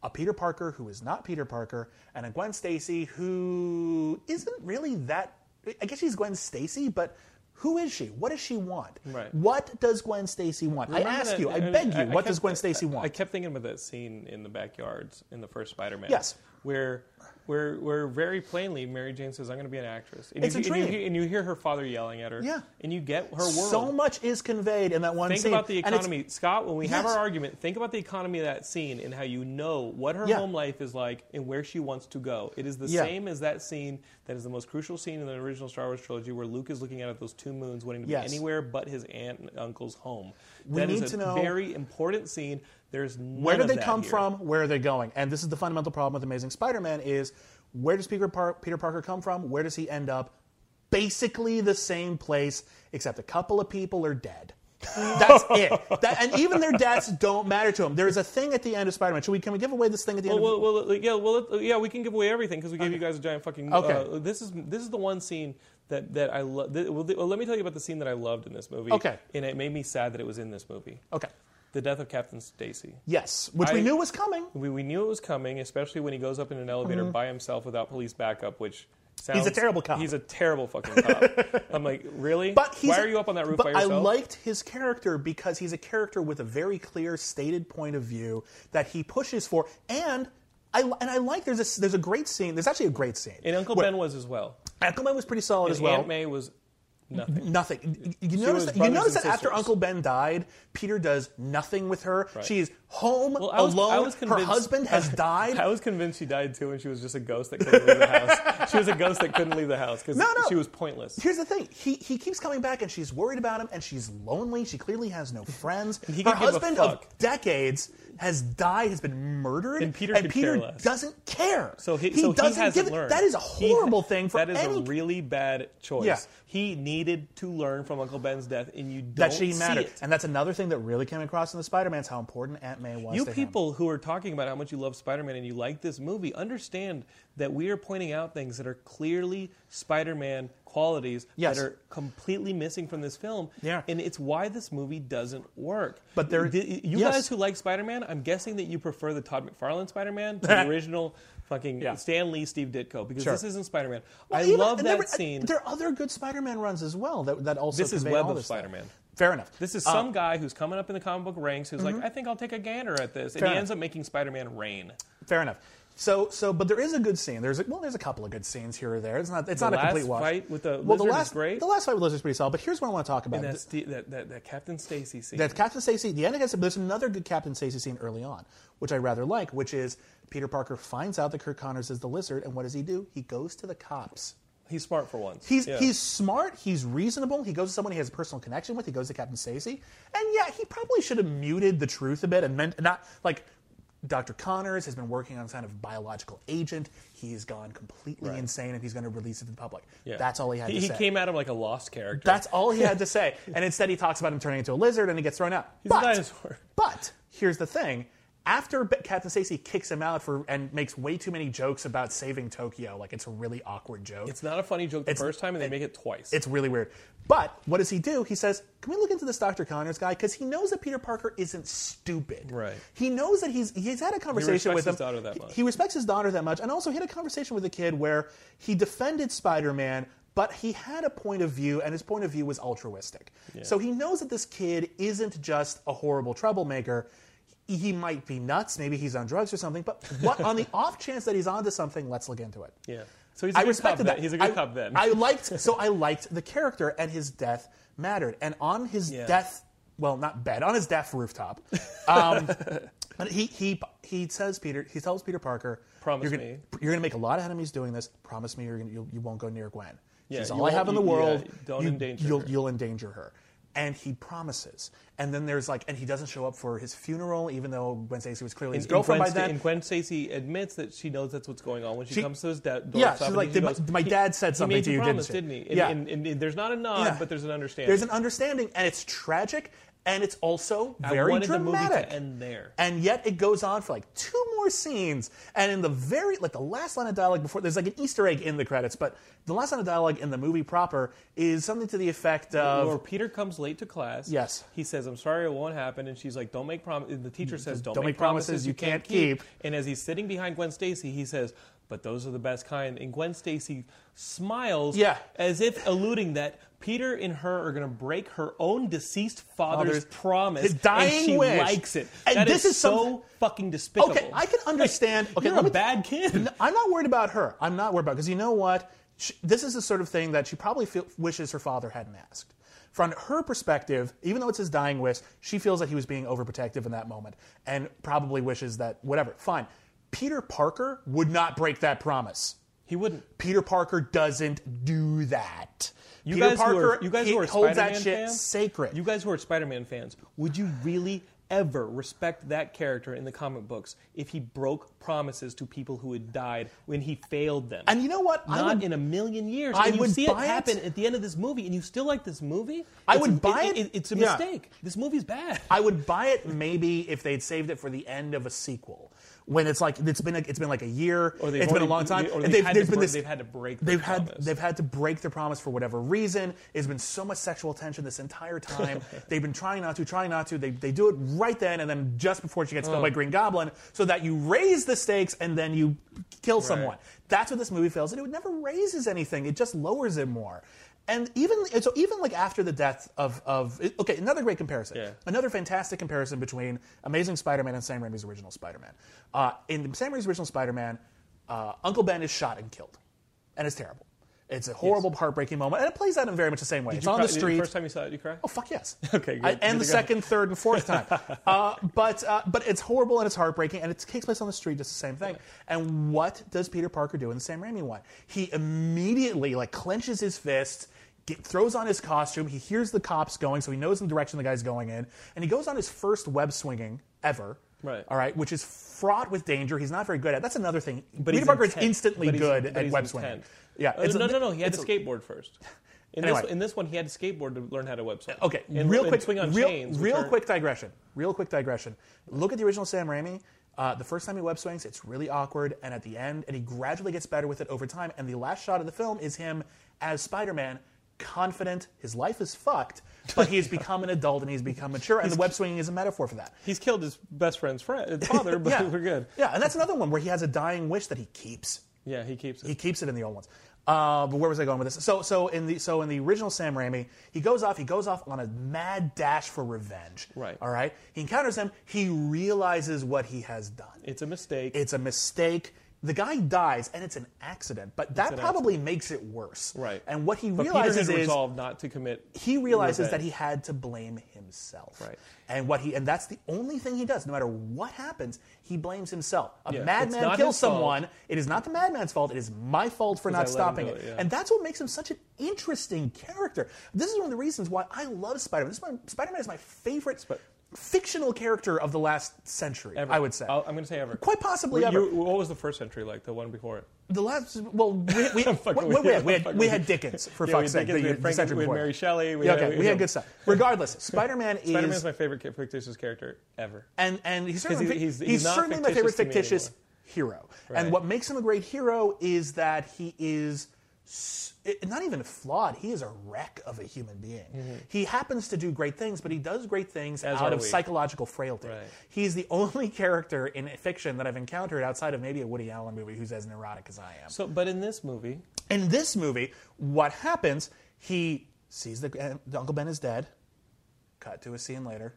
a Peter Parker who is not Peter Parker, and a Gwen Stacy who isn't really that. I guess she's Gwen Stacy, but who is she? What does she want? Right. What does Gwen Stacy want? I Remember ask that- you, I, and beg you, I- I what does kept- Gwen Stacy I want? kept thinking about that scene in the backyards in the first Spider Man. Yes. where where where very plainly Mary Jane says, "I'm going to be an actress," and It's you, a And you, dream. hear- and you hear her father yelling at her, Yeah. and you get her world. So much is conveyed in that one Think scene. about the and it's- economy, Scott. When we have Yes. our argument, think about the economy of that scene and how you know what her Yeah. home life is like and where she wants to go. It is the Yeah. same as that scene that is the most crucial scene in the original Star Wars trilogy, where Luke is looking out at those two moons, wanting to Yes. be anywhere but his aunt and uncle's home. We That is need a to know- very important scene. There's none where of did they that come here. from? Where are they going? And this is the fundamental problem with Amazing Spider-Man: is where does Peter, Par- Peter Parker come from? Where does he end up? Basically the same place, except a couple of people are dead. (laughs) That's it. That, and even their deaths don't matter to him. There is a thing at the end of Spider-Man. Should we can we give away this thing at the end? Oh, Well, of, well, well, yeah, well, let- yeah, we can give away everything because we gave you guys a giant fucking. Okay. Uh, this is this is the one scene that that I love. Well, th- well, let me tell you about the scene that I loved in this movie. Okay. and it made me sad that it was in this movie. okay. The death of Captain Stacy. Yes, which we I- knew was coming. We, we knew it was coming, especially when he goes up in an elevator by himself without police backup, which. Sounds, Mm-hmm. terrible cop. He's a terrible fucking cop. I'm like, really? (laughs) But he's why are you up on that roof but by yourself? I liked his character because he's a character with a very clear stated point of view that he pushes for, and I and I like there's a there's a great scene. There's actually a great scene. and Uncle where- Ben was as well. Uncle Ben was pretty solid as And well. Aunt May was nothing. Nothing. You notice was that, you brothers notice and that after sisters. Uncle Ben died, Peter does nothing with her. She's home Well, I was- alone. I was her convinced- husband (laughs) has died. I was convinced she died too, and she was just a ghost that couldn't leave the (laughs) house. She was a ghost that couldn't leave the house because No, no. she was pointless. Here's the thing. He, he keeps coming back and she's worried about him and she's lonely. She clearly (laughs) has no friends. he Her could give a husband of fuck. decades has died, has been murdered, And Peter and could Peter care less. doesn't care. So he, so doesn't he hasn't give a- learned. That is a He- horrible thing (laughs) for That is any a really bad choice. Yeah. He needed to learn from Uncle Ben's death, and you don't that she see mattered. it. And that's another thing that really came across in the Spider-Man's how important Aunt May was You to him. people who are talking about how much you love Spider-Man and you like this movie, understand that we are pointing out things that are clearly Spider-Man qualities Yes. that are completely missing from this film. Yeah. and it's why this movie doesn't work. But there- Di- you yes. guys who like Spider-Man, I'm guessing that you prefer the Todd McFarlane Spider-Man to (laughs) the original fucking Yeah. Stan Lee, Steve Ditko, because Sure. this isn't Spider-Man. Well, I even- love and that there were- uh, scene. There are other good Spider-Man runs as well that, that also This is convey Web all of this stuff. Spider-Man. Fair enough. Uh, This is some guy who's coming up in the comic book ranks who's like, I think I'll take a gander at this. And mm-hmm. Fair he enough. ends up making Spider-Man rain. Fair enough. So, so, but there is a good scene. There's a, well, there's a couple of good scenes here or there. It's not, it's not a last complete wash. fight with the well, the lizard is last, great. The last fight with lizard's pretty solid. But here's what I want to talk about. That, Ste- that, that, that Captain Stacy scene. That's Captain Stacy. The end of it, there's another good Captain Stacy scene early on, which I rather like, which is Peter Parker finds out that Kirk Connors is the lizard, and what does he do? He goes to the cops. he's smart for once. He's Yeah. he's smart. He's reasonable. He goes to someone he has a personal connection with. He goes to Captain Stacy, and yeah, he probably should have muted the truth a bit and meant not like. Dr. Connors has been working on kind of biological agent. He's gone completely Right. insane, and he's going to release it to the public. Yeah. That's all he had He, to say. came at him like a lost character. (laughs) That's all he had to say. And instead, he talks about him turning into a lizard, and he gets thrown out. he's but, a dinosaur. but here's the thing: after B- Captain Stacy kicks him out for and makes way too many jokes about saving Tokyo, like it's a really awkward joke. It's not a funny joke the It's- first time, and they make it twice. It's really weird. But what does he do? He says, "Can we look into this Dr. Connors guy? Because he knows that Peter Parker isn't stupid. Right. He knows that he's he's had a conversation respects with him. his daughter that He- much. He respects his daughter that much, and also he had a conversation with a kid where he defended Spider-Man, but he had a point of view, and his point of view was altruistic. So he knows that this kid isn't just a horrible troublemaker. He he might be nuts. Maybe he's on drugs or something. But what on the off chance that he's onto something, let's look into it. yeah. So he's a I good respected cop that. Then. He's a good I, cop then. (laughs) I liked so I liked the character and his death mattered. And on his Yeah. death, well, not bed, on his death rooftop, (laughs) um, but he he he says Peter he tells Peter Parker, Promise you're gonna, me. you're gonna make a lot of enemies doing this. Promise me you're gonna you, you won't go near Gwen. Yeah, She's you all I won't- have in the you- yeah, world. don't you, endanger you'll her." you'll endanger her. And he promises. And then there's like, and he doesn't show up for his funeral, even though Gwen Stacy was clearly his And girlfriend Gwen by Sta- then. And Gwen Stacy admits that she knows that's what's going on when she, She- comes to his da- door. Yeah, stop, she's and like, she "Did my- goes, my "He- dad said he something made to you, you, didn't promise, she?" didn't he? And, Yeah. and, and- and there's not a nod, Yeah. but there's an understanding. There's an understanding, and it's tragic, and it's also I very wanted dramatic. the movie to end there. And yet it goes on for like two more scenes, and in the very like the last line of dialogue before there's like an Easter egg in the credits, but the last line of dialogue in the movie proper is something to the effect of Or Peter comes late to class. Yes. He says, "I'm sorry, it won't happen." And she's like, "Don't make promises." The teacher says, "Don't, don't make make promises you can't keep." And as he's sitting behind Gwen Stacy, he says, but those are the best kind. And Gwen Stacy smiles Yeah. as if alluding that Peter and her are going to break her own deceased father's Father's- promise. His dying and she wish. likes it. And That this is so something- fucking despicable. Okay, I can understand- Like, okay, you're let a me- bad kid. No, I'm not worried about her. I'm not worried about because you know what? She, this is the sort of thing that she probably feel, wishes her father hadn't asked. From her perspective, even though it's his dying wish, she feels that he was being overprotective in that moment, and probably wishes that whatever. Fine. Peter Parker would not break that promise. He wouldn't. Peter Parker doesn't do that. You Peter guys who Parker are, you guys he who are holds Spider-Man that shit fans, sacred. You guys who are Spider-Man fans, would you really ever respect that character in the comic books if he broke promises to people who had died when he failed them? and you know what? I not would- in a million years. I and you would see buy it it. happen at the end of this movie, and you still like this movie. I It's would a- buy it. It's a Yeah. mistake. This movie's bad. I would buy it maybe if they'd saved it for the end of a sequel, when it's like it's been a, it's been like a Or year, it's they've been a already- long time. or and they've had to there's been br- this- they've had to break their They've had promise. they've had to break their promise for whatever reason. There's been so much sexual tension this (laughs) entire time. they've been trying not to, trying not to. They they do it right then and then just before she gets Oh. killed by Green Goblin, so that you raise the stakes and then you kill someone. That's what this movie fails to do. It never raises anything. It just lowers it more. And even and so, even like after the death of of okay, another great comparison. Yeah. Another fantastic comparison between Amazing Spider-Man and Sam Raimi's original Spider-Man. Uh, in Sam Raimi's original Spider-Man, uh, Uncle Ben is shot and killed, and it's terrible. It's a horrible, heartbreaking moment, and it plays out in very much the same way. it's You on cry- the street. first time you saw it, you cry. Oh fuck yes. (laughs) Okay, good. I- and Good the to go. second, third, and (laughs) fourth time. uh, but uh, but it's horrible and it's heartbreaking and it takes place on the street. It's the same thing. And what does Peter Parker do in the Sam Raimi one? He immediately like clenches his fists. Get, throws on his costume. He hears the cops going, so he knows the direction the guy's going in. And he goes on his first web swinging ever. Right. All right, which is fraught with danger. He's not very good at. That's another thing. But Peter he's Parker intent. is instantly But he's- good but at he's web swinging. intent. Yeah. Uh, it's a- no, no, no. He had to it's a- skateboard first. In, Anyway. this, in this one, he had to skateboard to learn how to web swing. Okay, And- real and quick, swing on real, chains. which real are- quick digression. Real quick digression. Look at the original Sam Raimi. Uh, the first time he web swings, it's really awkward, and at the end, and he gradually gets better with it over time. And the last shot of the film is him as Spider-Man, confident. His life is fucked, but (laughs) he has become an adult and he's become mature. And the web swinging is a metaphor for that. He's killed his best friend's friend, (laughs) his father, but yeah, we're good. Yeah, and that's another one where he has a dying wish that he keeps. Yeah, he keeps it. He keeps it in the old ones. Uh, but where was I going with this? So, so in the so in the original Sam Raimi, he goes off. He goes off on a mad dash for revenge. Right. All right. He encounters him. He realizes what he has done. it's a mistake. It's a mistake. The guy dies, and it's an accident. But that an probably makes it worse. Right. And what he but realizes Peter had is resolved not to commit. he realizes that revenge. he had to blame himself. Right. And what he and that's the only thing he does. No matter what happens, he blames himself. A Yeah, it's madman not kills his fault. someone. It is not the madman's fault. It is my fault for not I let him stopping do it. it, yeah. And that's what makes him such an interesting character. This is one of the reasons why I love Spider-Man. This is my, Spider-Man is my favorite fictional character of the last century. Ever. I would say. I'll, I'm going to say ever. Quite possibly Were ever. you- what was the first century like? The one before it? the last, well, we, (laughs) we, I'm fucking what- with what we you. had, we I'm had, fucking we with had you. Dickens for Yeah, we fuck's had sake. Dickens, the- we had the Frank- century we had before. Mary Shelley, we Yeah, had- okay, we we had- had good stuff. (laughs) Regardless, Spider-Man is Spider-Man's my favorite ca- fictitious character ever. and and he's certainly, he- he's- he's, he's not certainly my favorite fictitious to me fictitious hero. Right. And what makes him a great hero is that he is s- it- not even flawed. He is a wreck of a human being. He happens to do great things, but he does great things Mm-hmm. As out are of we. psychological frailty. Right. He's the only (laughs) character in fiction that I've encountered outside of maybe a Woody Allen movie who's as neurotic as I am. So, but in this movie, In this movie, what happens? He sees the, uh, the Uncle Ben is dead. Cut to a scene later.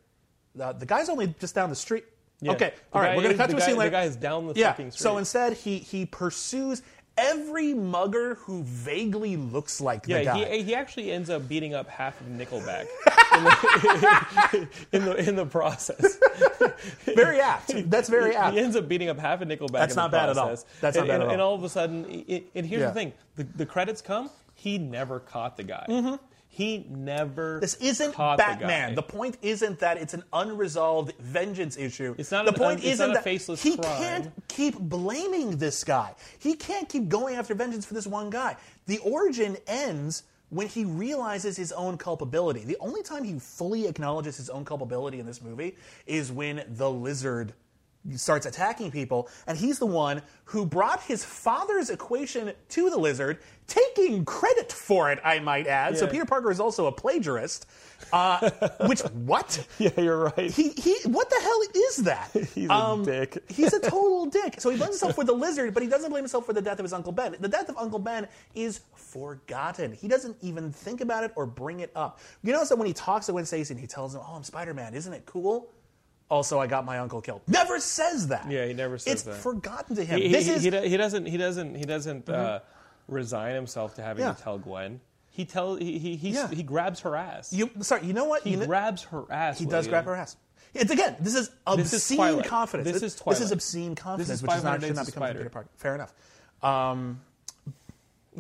The, the guy's only just down the street. Yeah. Okay, The all right, guy we're gonna is- cut the to a guy- scene the later. guy is down the yeah. fucking street. So instead, he he pursues every mugger who vaguely looks like the yeah, guy. (laughs) he, he actually ends up beating up half of Nickelback in the (laughs) in the, in the process. very apt. (laughs) That's very apt. He ends up beating up half of Nickelback. That's in the not bad at all. process. That's not and, bad and, at all. And all of a sudden, i- i- and here's Yeah. the thing: the, the credits come. He never caught the guy. He never. Mm-hmm. This isn't caught Batman. The The, guy. point isn't that it's an unresolved vengeance issue. It's not the an point un- it's not isn't a that faceless he crime. can't keep blaming this guy. He can't keep going after vengeance for this one guy. The origin ends when he realizes his own culpability. The only time he fully acknowledges his own culpability in this movie is when the lizard starts attacking people, and he's the one who brought his father's equation to the lizard, taking credit for it, I might add. So Yeah. Peter Parker is also a plagiarist. Uh, (laughs) which what? (laughs) Yeah, you're right. He, he, what the hell is that? (laughs) Um, He's a dick. (laughs) he's a total dick. So he blames himself (laughs) for the lizard, but he doesn't blame himself for the death of his Uncle Ben. The death of Uncle Ben is forgotten. He doesn't even think about it or bring it up. You notice that when he talks to Gwen Stacy and he tells him, Oh, I'm Spider Man, isn't it cool? Also, I got my uncle killed. Never says that. Yeah, he never says it's that. It's forgotten to him. he, this he- is Mm-hmm. he do- he doesn't he doesn't he doesn't uh, resign himself to having Yeah. to tell Gwen. He tell he he he, Yeah. he grabs her ass. you. Sorry, you know what? he you know, grabs her ass. he does William. grab her ass. It's again. This is obscene is Twilight. confidence. This It- is This Twilight. is obscene confidence, This is which is 500 not should Days not of be coming from Spider. Peter Parker. Fair enough. Um,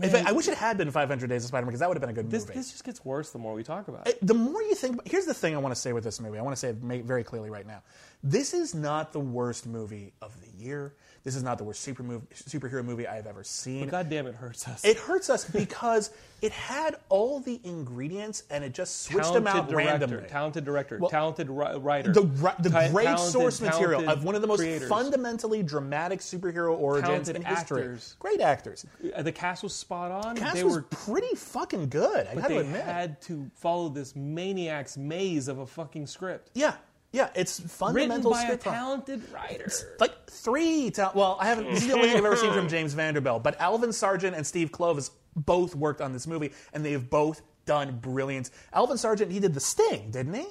in fact, I wish it had been 500 Days of Spider-Man because that would have been a good This, movie. this just gets worse the more we talk about it. It- the more you think, about- here's the thing I want to say with this movie. I want to say it ma- very clearly right now. This is not the worst movie of the year. This is not the worst super mov- superhero movie I have ever seen. God damn, it hurts us. It hurts us because it had all the ingredients and it just switched them out director, randomly. Talented director, talented ri- writer. the, ri- the ta- great talented- source material talented of one of the most creators. fundamentally dramatic superhero origins Talented in history. actors. Great actors. Uh, The cast was spot on. Cast they was were. pretty fucking good. I got to They admit. had to follow this maniac's maze of a fucking script. yeah, yeah. It's Written fundamental by a script. problem. talented writer. like three. Ta- well, I haven't. This is the only thing I've ever seen (laughs) from James Vanderbilt. But Alvin Sargent and Steve Kloves both worked on this movie, and they have both done brilliant. Alvin Sargent, he did the Sting, didn't he?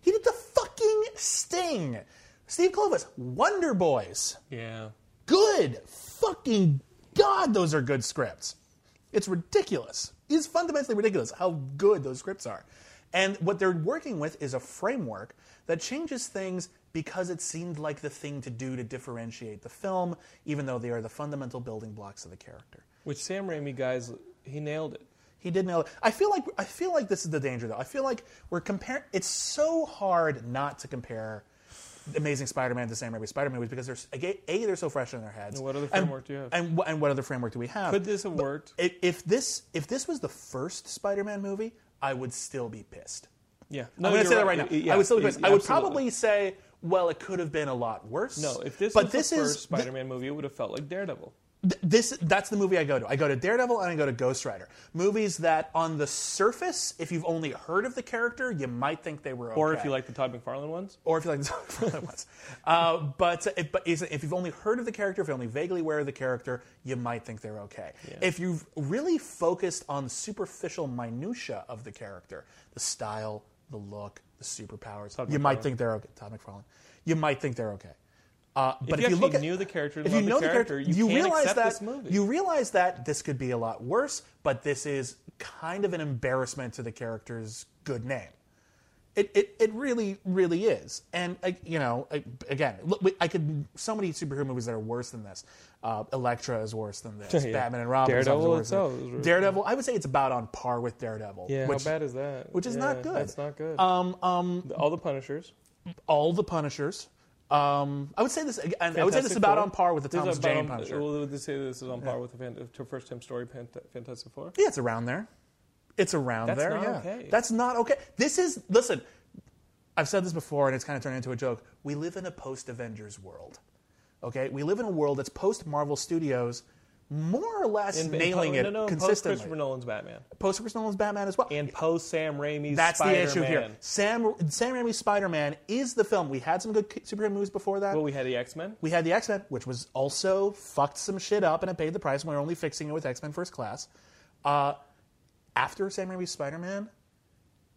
He did the fucking Sting. Steve Kloves, Wonder Boys. Yeah. good fucking god those are good scripts it's ridiculous it's fundamentally ridiculous how good those scripts are and what they're working with is a framework that changes things because it seemed like the thing to do to differentiate the film even though they are the fundamental building blocks of the character Which Sam Raimi guys, he nailed it. he did nail it. I feel like I feel like this is the danger though. I feel like we're comparing. It's so hard not to compare Amazing Spider-Man to Sam Raimi Spider-Man movies because they're a, a they're so fresh in their heads. what other And- framework do you have? And, wh- and what other framework do we have? Could this have worked? If, if this if this was the first Spider-Man movie, I would still be pissed. Yeah. I'm going to you're Uh, say that right now. Yeah, I would still be yeah, pissed. I would absolutely. probably say, well, it could have been a lot worse. No, if this but was this the is first Spider-Man movie, it would have felt like Daredevil. th- this that's the movie I go to. I go to Daredevil and I go to Ghost Rider. Movies that on the surface, if you've only heard of the character, you might think they were okay. Or if you like the Todd McFarlane ones. or if you like the (laughs) other ones. Uh, but if, but is- if you've only heard of the character, if you're only vaguely aware of the character, you might think they're okay. If you've really focused on the superficial minutia of the character, the style, the look, the superpowers, you might think they're okay. Todd McFarlane. You might think they're okay. Uh, but you if you look actually at knew the character and if you loved the know character, you can't realize accept that this movie. you realize that this could be a lot worse, but this is kind of an embarrassment to the character's good name. It, it, it really really is, and like, you know, I- again, look, we- I could so many superhero movies that are worse than this. Uh, Elektra is worse than this. (laughs) Yeah. Batman and Robin. is Daredevil obviously worse than itself this. is really- Daredevil. I would say it's about on par with Daredevil. which, is that? which is not good. That's not good. Um, um, All the Punishers. all the Punishers. Um, I would say this. And I would say this is Fantastic about Four. on par with the This is Thomas about Jane on- Punisher. Well, they say this is on par with the fan, to first time story Fant- Fantastic Four. Yeah, it's around there. It's around That's there. not yeah. okay. That's not okay. This is listen. I've said this before, and it's kind of turned into a joke. We live in a post Avengers world. Okay, we live in a world that's post Marvel Studios, more or less And- and nailing po- it no, no, Post Christopher consistently. Nolan's Batman Post Chris Nolan's Batman as well. and post Sam Raimi's. that's Spider-Man. the issue here. Sam Sam Raimi's Spider Man is the film. We had some good superhero movies before that. Well, we had the X Men. we had the X Men, which was also fucked some shit up, and it paid the price. And we are only fixing it with X Men First Class. Uh, after Sam Raimi's Spider Man,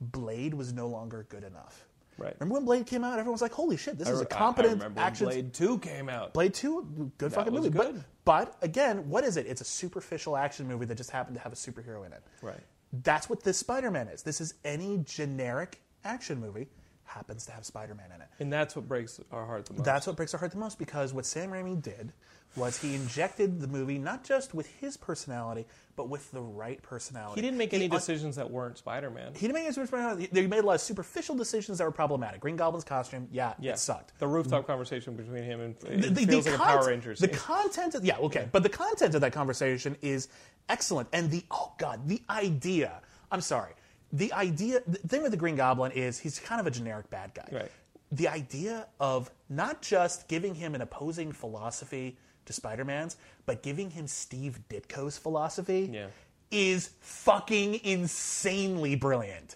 Blade was no longer good enough. Right. Remember when Blade came out? Everyone was like, "Holy shit, this is a I- I competent remember when action." Blade Two came out. Blade Two, good fucking was movie. good. But but again, what is it? It's a superficial action movie that just happened to have a superhero in it. Right. That's what this Spider Man is. This is any generic action movie happens to have Spider Man in it. And that's what breaks our heart the most. That's what breaks our heart the most because what Sam Raimi did was he injected the movie not just with his personality, but with the right personality. he didn't make any un- decisions that weren't Spider Man. he didn't make any superficial. They made a lot of superficial decisions that were problematic. Green Goblin's costume, yeah, it sucked. Mm. The rooftop conversation between him and it The- the- the feels like a cont- Power Rangers. The scene. content, of, yeah, okay, but the content of that conversation is excellent, and the oh god, the idea. I'm sorry, the idea. The thing with the Green Goblin is he's kind of a generic bad guy. Right. the idea of not just giving him an opposing philosophy to Spider-Man's, but giving him Steve Ditko's philosophy Yeah. is fucking insanely brilliant.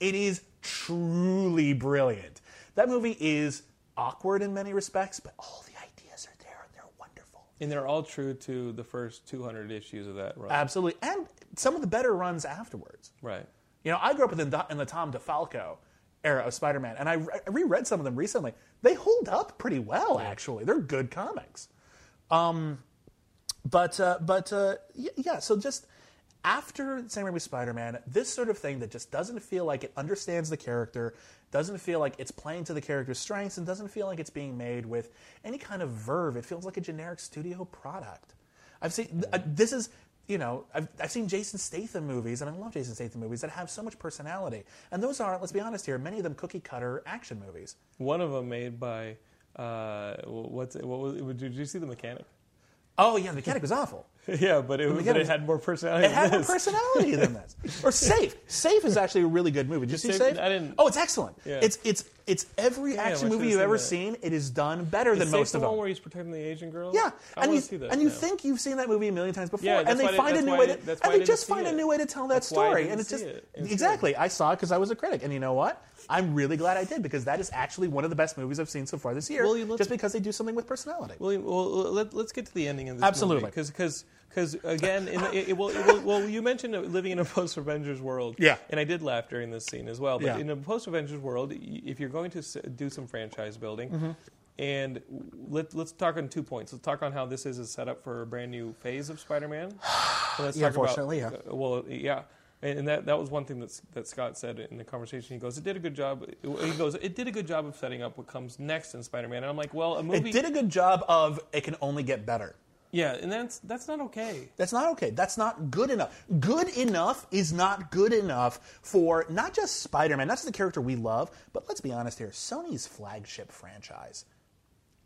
It is truly brilliant. That movie is awkward in many respects, but all the ideas are there and they're wonderful. And they're all true to the first 200 issues of that run. Absolutely. And some of the better runs afterwards. right. You know, I grew up in the, in the Tom DeFalco era of Spider Man, and I, re- I reread some of them recently. They hold up pretty well, actually. They're good comics. Um, but uh, but uh, y- yeah, so just after Sam Raimi's Spider Man, this sort of thing that just doesn't feel like it understands the character, doesn't feel like it's playing to the character's strengths, and doesn't feel like it's being made with any kind of verve. It feels like a generic studio product. I've seen th- uh, this is you know I've, I've seen Jason Statham movies and I love Jason Statham movies that have so much personality and those aren't let's be honest here many of them cookie cutter action movies. One of them made by uh, what's it, what was it, did you see the mechanic? (laughs) Oh yeah, the mechanic was awful. yeah, but it, but it Mechanic- had more personality. It had than more this. personality than (laughs) this. Or Safe. Safe is actually a really good movie. Did you see Safe- Safe? I didn't- Oh, it's excellent. Yeah. It's it's it's every action I should've movie you've seen ever that. seen. It is done better than Is Safe most the of them. one where he's protecting the Asian girl. yeah, I and wanna you see that and you now. think you've seen that movie a million times before, Yeah, and that's they why I find a didn't- new that's why I way to didn't- that's why and I they didn't just find see a it. new way to tell that That's why I story, didn't and it's see just it. It's exactly. I saw it because I was a critic, and you know what? I'm really glad I did because that is actually one of the best movies I've seen so far this year. Well, you look- just because they do something with personality. William, well, let, us get to the ending of this Absolutely. because because again, in the, it, it, well, it, well, well, you mentioned living in a post Avengers world, Yeah. and I did laugh during this scene as well. But Yeah. in a post Avengers world, y- if you're going to s- do some franchise building, Mm-hmm. and let, let's talk on two points. Let's talk on how this is a setup for a brand new phase of (sighs) Spider-Man. And let's Yeah, talk about- unfortunately, yeah. uh, well, yeah. And and that, that was one thing that's, that Scott said in the conversation. He goes, "It did a good job." He goes, "It did a good job of setting up what comes next in Spider-Man." And I'm like, "Well, a movie It did a good job of it can only get better. yeah, and that's that's not okay. That's not okay. That's not good enough. Good enough is not good enough for not just Spider Man, that's the character we love, but let's be honest here Sony's flagship franchise.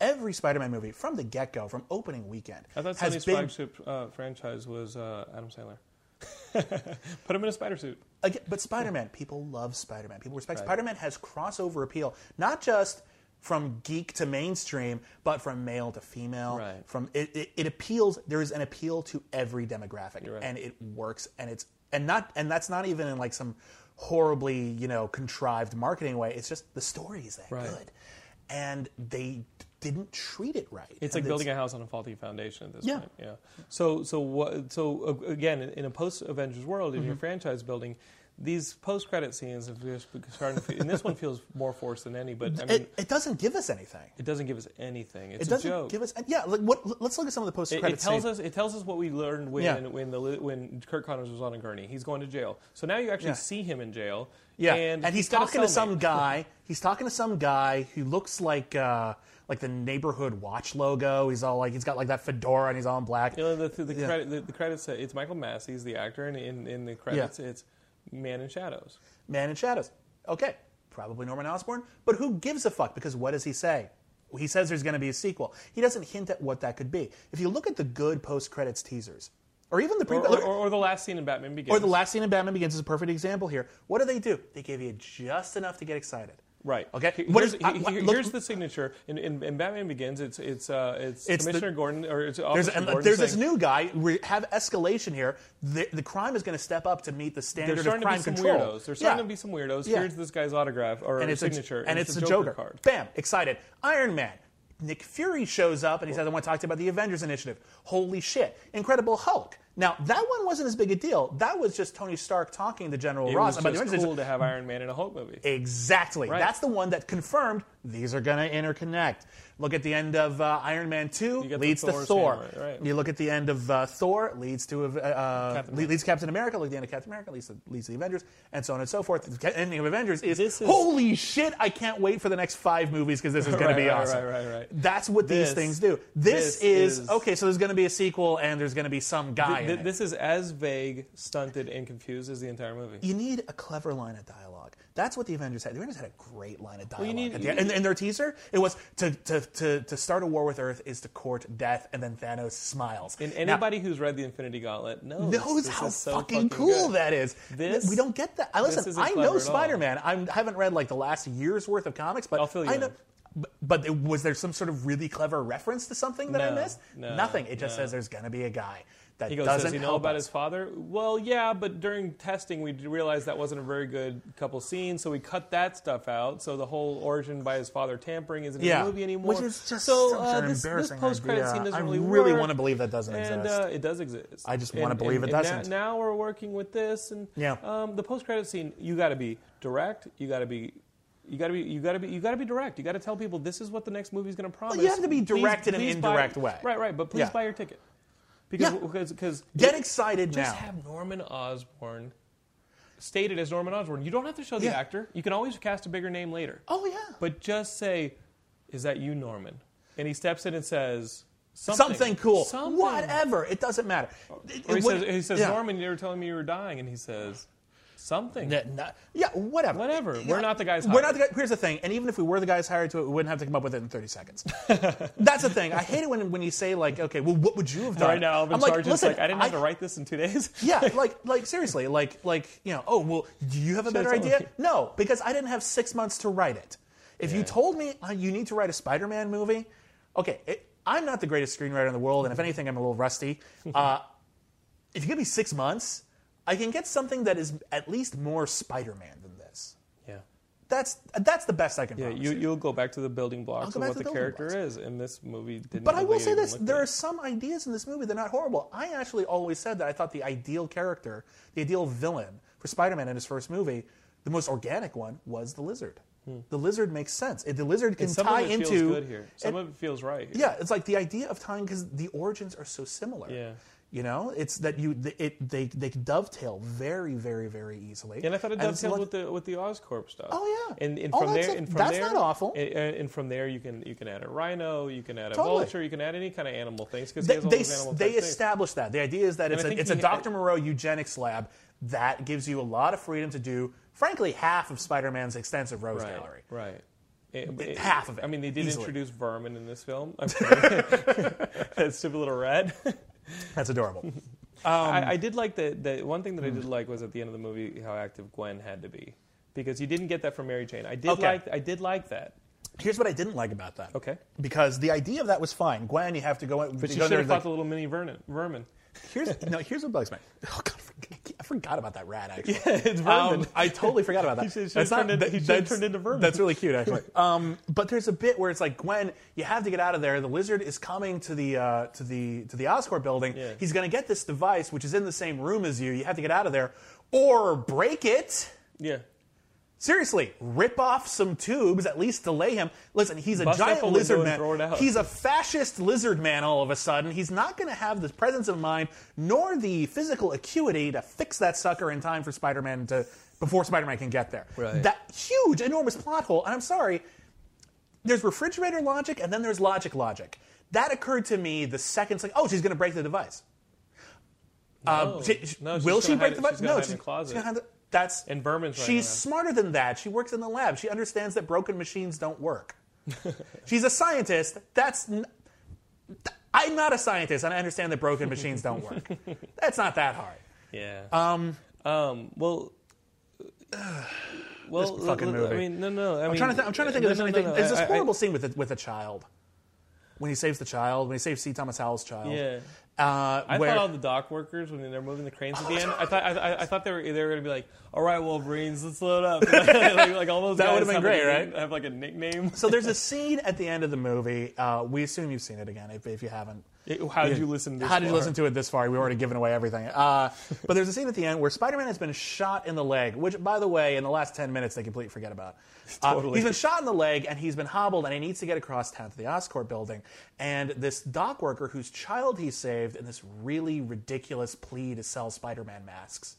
Every Spider Man movie from the get go, from opening weekend, I thought has Sony's been. flagship uh, franchise was uh, Adam Sandler. (laughs) Put him in a spider suit. Again, but Spider Man, people love Spider Man. People respect Spider Man has crossover appeal, not just from geek to mainstream, but from male to female. Right. From it, it, it appeals. There is an appeal to every demographic, right. and it works. And it's and not and that's not even in like some horribly you know contrived marketing way. It's just the story is that Right. good, and they didn't treat it right. It's like building a house on a faulty foundation at this Yeah. point. Yeah. So so what? So uh, again, in a post Avengers world, in your Mm-hmm. franchise building. These post-credit scenes have just begun- starting, to feel- and this one feels more forced than any. But I mean, it, it doesn't give us anything. it doesn't give us anything. It's It a doesn't joke. give us yeah. Like what? Let's look at some of the post It- credits. It tells us it tells us what we learned when Yeah. when the li- when Kirk Connors was on a gurney. He's going to jail. So now you actually Yeah. see him in jail. Yeah, and, and, he's, got a talking to some cellmate. guy. He's talking to some guy who looks like uh, like the neighborhood watch logo. He's all like he's got like that fedora and he's all in black. You know, the, the, the, credit, the, the credits say it's Michael Massey, he's the actor, and in, in the credits it's Man in Shadows. Man in Shadows. Okay, probably Norman Osborn, but who gives a fuck? Because what does he say? He says there's going to be a sequel. He doesn't hint at what that could be. If you look at the good post credits teasers, or even the pre, Or, or, or, the last scene in Batman Begins. Or the last scene in Batman Begins is a perfect example here. What do they do? They give you just enough to get excited. Right. Okay. Here- What here's, is- I- he- what- here- look- here's the signature. In, in, in Batman Begins, it's it's uh, it's, It's the- Commissioner Gordon or it's There's, Officer and Gordon there's saying, this new guy. We have escalation here. The, the crime is going to step up to meet the standard There's of starting to crime be some control. weirdos. There's starting Yeah. to be some weirdos. Yeah. Here's this guy's autograph or and it's signature, a, and it's, a, Joker Joker card. Bam! Excited. Iron Man. Nick Fury shows up and he says, "I want to talk to you about the Avengers Initiative." Holy shit! Incredible Hulk. Now that one wasn't as big a deal. That was just Tony Stark talking to General It Ross was about the just Avengers. cool to have Iron Man in a Hulk movie. Exactly. Right. That's the one that confirmed these are going to interconnect. Look at the end of uh, Iron Man 2, get the leads to Thor's Thor. hammer, right. You look at the end of uh, Thor, leads to uh, uh, Captain le- leads Captain America. Look at the end of Captain America, leads to, leads to the Avengers, and so on and so forth. The ca- ending of Avengers is, This is- holy shit, I can't wait for the next five movies because this is going Right, to be right, awesome. right, right, right. That's what This- these things do. This, this is, is- okay, so there's going to be a sequel and there's going to be some guy Th- mechanic. this is as vague, stunted, and confused as the entire movie. you need a clever line of dialogue. That's what the Avengers had. The Avengers had a great line of dialogue. you need- at the end. And, and their teaser, it was to, to, to, to start a war with Earth is to court death, and then Thanos smiles. And Now, anybody who's read the Infinity Gauntlet knows, knows this how is so fucking, cool good. that is. This- we don't get that. I listen. isn't I clever at know all. Spider-Man. I'm- I haven't read like the last year's worth of comics, but I'll fill you I in. know. But, but it- was there some sort of really clever reference to something that No, I missed? no, Nothing. It just no. says there's gonna be a guy that He goes, doesn't does he know help about us." his father? Well, yeah, but during testing, we realized that wasn't a very good couple scenes, so we cut that stuff out. So the whole origin by his father tampering isn't Yeah. in the movie anymore. Which is just so, such uh, an this, embarrassing This post-credit idea. scene doesn't I really really work, wanna believe that doesn't and, exist. uh, it does exist. I just And- wanna believe and- it and doesn't. Now, now we're working with this, and Yeah. um, the post-credit scene. You got to be direct. You got to be. You gotta be, you gotta be, you gotta be direct. You gotta tell people this is what the next movie's gonna promise. have to be Please- direct in an please buy- indirect way. Right, right. But please Yeah. buy your ticket because Yeah. because because Get excited just now. have Norman Osborn stated as Norman Osborn. You don't have to show the Yeah. actor. You can always cast a bigger name later. oh yeah. But just say, "Is that you, Norman?" And he steps in and says something, something, cool. something. Whatever. It doesn't matter. It- Or he it would- says, he says yeah. "Norman, you were telling me you were dying," and he says something. N- n- yeah, whatever. Whatever. Yeah. We're not the guys We're hired. not the guy. Here's the thing. And even if we were the guys hired to it, we wouldn't have to come up with it in (laughs) 30 seconds. That's the thing. I hate it when, when you say like, okay, well, what would you have done? Right now, Alvin I'm like, Sargent's listen, like, "I didn't have to write this in two days." (laughs) yeah, like, like seriously, like, like you know, oh well, do you have a better told idea? me. No, because I didn't have six months to write it. If you Yeah. told me uh, you need to write a Spider-Man movie, okay, it, I'm not the greatest screenwriter in the world, and if anything, I'm a (laughs) little rusty. Uh, if you give me six months, I can get something that is at least more Spider-Man than this. yeah. That's that's the best I can. Yeah, promise you, you'll go back to the building blocks go of what back to the, the building character is, blocks. and this movie didn't. But I really will say even this: look there at are it. some ideas in this movie that are not horrible. I actually always said that I thought the ideal character, the ideal villain for Spider-Man in his first movie, the most organic one was the Lizard. The Lizard makes sense. It- The Lizard can some tie of Hmm. it into feels good here. Some it- of it feels right. Here. yeah, it's like the idea of tying because the origins are so similar. Yeah. You know, it's that you th- it they they dovetail very very very easily. And I thought it it's dovetailed like- with the with the Oscorp stuff. Oh, yeah. and, and All from that's there, a- and from that's there, not awful. And, and and from there, you can you can add a rhino, you can add a Totally. vulture, you can add any kind of animal things because he they has all they, those animal they type things. established that the idea is that it's I a, think it's a he- Dr. Moreau eugenics lab that gives you a lot of freedom to do, frankly, half of Spider-Man's extensive rose right, gallery. right. It- It- half of it, I mean, they did easily. introduce vermin in this (laughs) film. (laughs) I'm kidding. that stupid little rat. That's adorable. (laughs) Um, I, I did like the, the one thing that hmm. I did like was at the end of the movie how active Gwen had to be because you didn't get that from Mary Jane. I did Okay. like I did like that. Here's what I didn't like about that. Okay. Because the idea of that was fine. Gwen, you have to go in. But you she go should there have and like- fought the little mini vermin. Vermin. (laughs) Here's no. Here's what bugs me. (laughs) Oh God, I forgot- I forgot about that rat. Actually, it's vermin. Um, I totally (laughs) forgot about that. He should- should That's have not- turned into- he that- should have that's- turned into vermin. That's really (laughs) cute, actually. um, but there's a bit where it's like Gwen, you have to get out of there. The lizard is coming to the uh, to the to the Oscorp building. Yeah. He's going to get this device, which is in the same room as you. You have to get out of there or break it. Yeah. Seriously, rip off some tubes, at least delay him. Listen, he's a Bust up giant a window lizard and man. throw it out. He's a fascist lizard man all of a sudden. He's not going to have the presence of mind nor the physical acuity to fix that sucker in time for Spider Man to. before Spider Man can get there. Right. That huge, enormous plot hole, and I'm sorry, there's refrigerator logic and then there's logic logic. That occurred to me the second, it's like, oh, she's going to break the device. No. Um, she- she- No, she's will gonna she break hide it- the button? she's gonna No, hide it in she's, the closet. she's gonna hide the, that's And Berman's right She's now. smarter than that. She works in the lab. She understands that broken machines don't (laughs) work. she's a scientist. That's n- th- I'm not a scientist, and I understand that broken machines (laughs) don't work. that's not that hard. Yeah. Um. Um. (sighs) Well. Well, This fucking l- l- movie. I mean, no, no. I mean, I'm trying to, th- I'm trying to think no, of there's no, no, anything. no, There's this I- I- horrible scene with the, with a child when he saves the child. When he saves C. Thomas Howell's child. Yeah. Uh, I where, thought all the dock workers when they're moving the cranes at the end. I thought I, I, I thought they were they were gonna be like, all right, Wolverines, let's load up. (laughs) like, like all those That guys would've been have great, a, right? Have like a nickname. so there's a scene at the end of the movie. Uh, we assume you've seen it again. If, if you haven't, How did you listen? This How did you far? listen to it this far? We already given away everything. Uh, but there's a scene at the end where Spider-Man has been shot in the leg, which, by the way, in the last ten minutes they completely forget about. (laughs) Uh, Totally. he's been shot in the leg and he's been hobbled and he needs to get across town to the Oscorp building. And this dock (laughs) worker whose child he saved in this really ridiculous plea to sell Spider-Man masks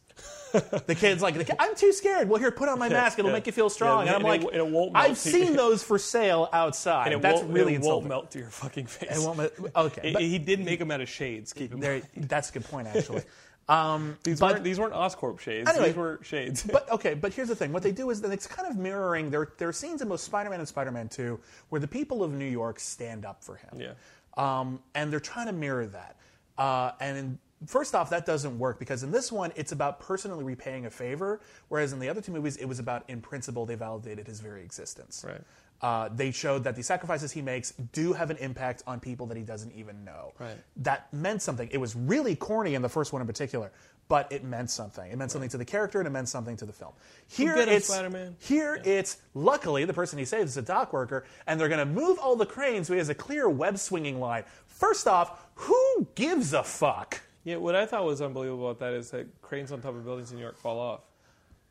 the kid's like, the kid, I'm too scared. Well, here, put on my mask. It'll yeah. make you feel strong. Yeah, and I'm and like, it- it won't melt I've to seen (laughs) you." those for sale outside. And it that's won't, really it won't insulting. melt to your fucking face. It won't melt. Okay. He- but he did make them out of shades. Keep in mind. there, that's a good point, actually. Um, These but- weren't these weren't Oscorp shades. Anyway. these were shades. (laughs) (laughs) But okay, but here's the thing. What they do is that it's kind of mirroring there. There are scenes in both Spider-Man and Spider-Man Two where the people of New York stand up for him. Yeah. Um, and they're trying to mirror that. Uh, and in, first off, that doesn't work because in this one, it's about personally repaying a favor, whereas in the other two movies, it was about in principle they validated his very existence. Right. Uh, they showed that the sacrifices he makes do have an impact on people that he doesn't even know. Right. That meant something. It was really corny in the first one in particular, but it meant something. It meant something to the character and it meant something to the film. Here get him, it's Spider-Man. here it's luckily the person he saves is a dock worker, and they're going to move all the cranes. So he has a clear web swinging line. First off, who gives a fuck? yeah, what I thought was unbelievable about that is that cranes on top of buildings in New York fall off.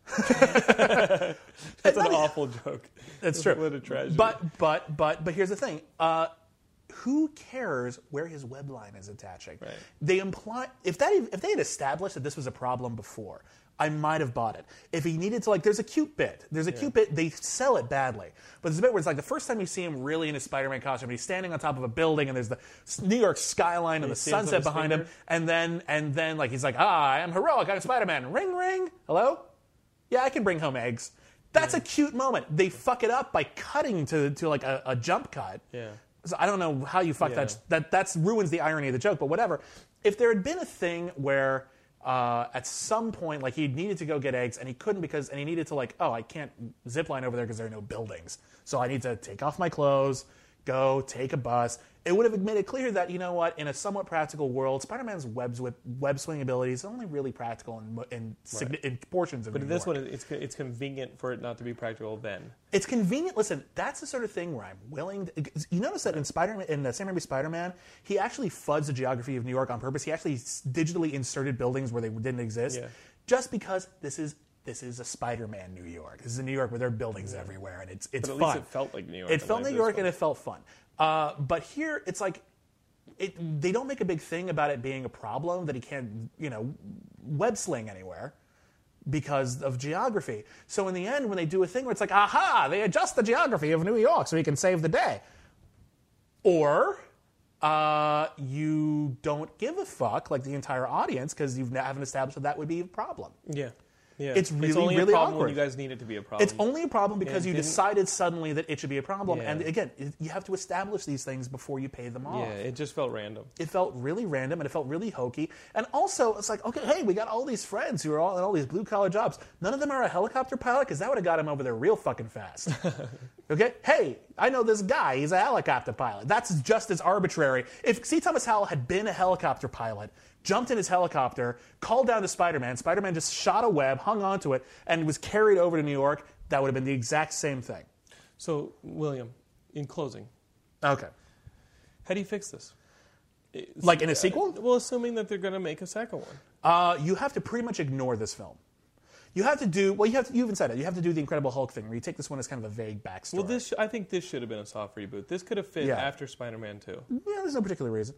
(laughs) That's an awful joke. (laughs) That's true. What a tragedy. But but but but here's the thing. Uh, who cares where his web line is attaching? Right. They imply if that if they had established that this was a problem before, I might have bought it. If he needed to like, there's a cute bit. There's a cute bit. They sell it badly, but there's a bit where it's like the first time you see him really in his Spider-Man costume, but he's standing on top of a building and there's the s- New York skyline and the stands on sunset his behind him, finger. and then and then like he's like, ah, I am heroic. I'm Spider-Man. Ring ring. Hello. Yeah, I can bring home eggs. That's a cute moment. They fuck it up by cutting to, to like a, a jump cut. Yeah. So I don't know how you fuck Yeah. that. That that's ruins the irony of the joke. But whatever. If there had been a thing where uh, at some point, like he needed to go get eggs and he couldn't because and he needed to like, oh, I can't zip line over there because there are no buildings. So I need to take off my clothes, go take a bus. It would have made it clear that you know what, in a somewhat practical world, Spider-Man's web swi- web swinging ability is only really practical in mo- in, signi- in portions of. But this one, it's it's convenient for it not to be practical then. It's convenient. Listen, that's the sort of thing where I'm willing. To, you notice that in Spider-Man, in the Sam Raimi Spider-Man, he actually fuds the geography of New York on purpose. He actually s- digitally inserted buildings where they didn't exist, Yeah. just because this is this is a Spider-Man New York. This is a New York where there are buildings everywhere, and it's it's But at fun. least it felt like New York. It felt unlike this New York, one. and it felt fun. Uh, but here, it's like it, they don't make a big thing about it being a problem that he can't, you know, web sling anywhere because of geography. So in the end, when they do a thing where it's like, aha, they adjust the geography of New York so he can save the day, or uh, you don't give a fuck like the entire audience because you haven't established that that would be a problem. yeah, yeah. It's really, only really a problem awkward. when you guys need it to be a problem. It's only a problem because Yeah, you didn't- decided suddenly that it should be a problem. Yeah. And again, it- you have to establish these things before you pay them off. yeah. It just felt random. It felt really random and it felt really hokey. And also, it's like, okay, hey, we got all these friends who are all in all these blue collar jobs. None of them are a helicopter pilot because that would have got him over there real fucking fast. okay? Hey, I know this guy. He's a helicopter pilot. That's just as arbitrary. If C. Thomas Howell had been a helicopter pilot, jumped in his helicopter, called down to Spider Man, Spider Man just shot a web, hung onto it, and was carried over to New York, that would have been the exact same thing. So, William, in closing, Okay. how do you fix this? It's- uh, Like in a sequel? Well, assuming that they're going to make a second one. Uh, you have to pretty much ignore this film. You have to do well. You have to, you even said it. You have to do the Incredible Hulk thing, where you take this one as kind of a vague backstory. Well, this sh- I think this should have been a soft reboot. This could have fit Yeah. after Spider-Man Two. yeah, there's no particular reason.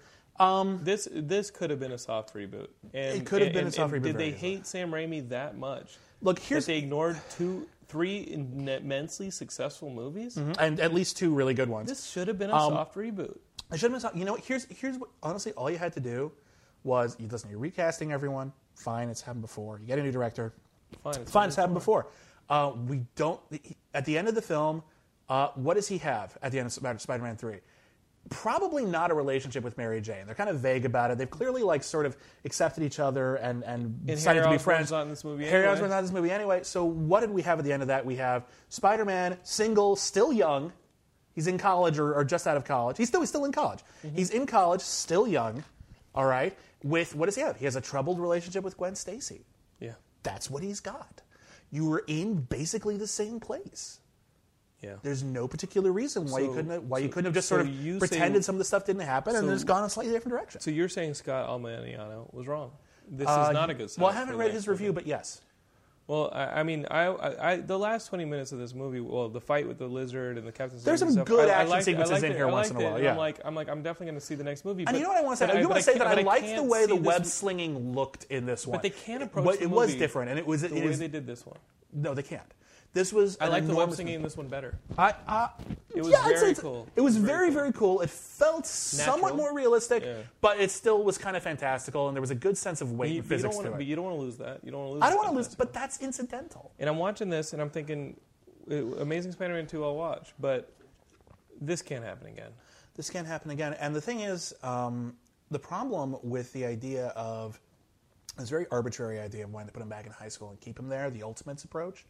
This this could have been a soft reboot. And, It could have and- been a and- soft and reboot Did very they easily. hate Sam Raimi that much? Look, That here's they ignored two, three in- immensely successful movies. and at least two really good ones. This should have been a Um, soft reboot. I should have been. You know, what? here's here's what. Honestly, all you had to do was you listen. You're recasting everyone. Fine, it's happened before. You get a new director. Fine, it's Fine, it's happened before. Uh, we don't. At the end of the film, uh, what does he have at the end of Spider- Spider-Man Three? Probably not a relationship with Mary Jane. They're kind of vague about it. They've clearly like sort of accepted each other and and, decided Harry to be Osborn's friends. not in this movie Harry anyway. Osborn's not in this movie anyway. So what did we have at the end of that? We have Spider-Man, single, still young. He's in college or, or just out of college. He's still he's still in college. Mm-hmm. He's in college, still young. All right. With what does he have? He has a troubled relationship with Gwen Stacy. Yeah, That's what he's got. You were in basically the same place. yeah. There's no particular reason why you So- couldn't have, why you so- couldn't have just so sort you of say- pretended some of the stuff didn't happen and so- then just gone a slightly different direction. So you're saying Scott Almaniano was wrong? This Uh, is not a good. Well, I setup haven't for read this his movie. review, but yes. Well, I, I mean, I, I, I the last twenty minutes of this movie, well, the fight with the lizard and the Captain. Save There's some and stuff, good I, I action liked it, I sequences liked in it, here I once in a liked it, while, and yeah. I'm like, I'm like, I'm definitely going to see the next movie. And but- you know what I want to say? but I do but want to say can't- that I but liked the can't way see the this- web slinging looked in this one. But they can't It- approach what- the It was movie different, and it was. The it way is- they did this one, no, they can't. This was. I an like the web enormous- singing in this one better. I, I, It was yeah, I'd say very it's- cool. It was Very very, cool. very cool. It felt somewhat Natural. more realistic, Yeah. but it still was kind of fantastical, and there was a good sense of weight You, and but you don't physics want to to, it. but you don't want to lose that. You don't want to lose. I don't that. want to lose, but that's incidental. And I'm watching this, and I'm thinking, uh, Amazing Spider-Man 2, I'll watch, but this can't happen again. This can't happen again. And the thing is, um, the problem with the idea of this very arbitrary idea of wanting to put him back in high school and keep him there, the Ultimates approach,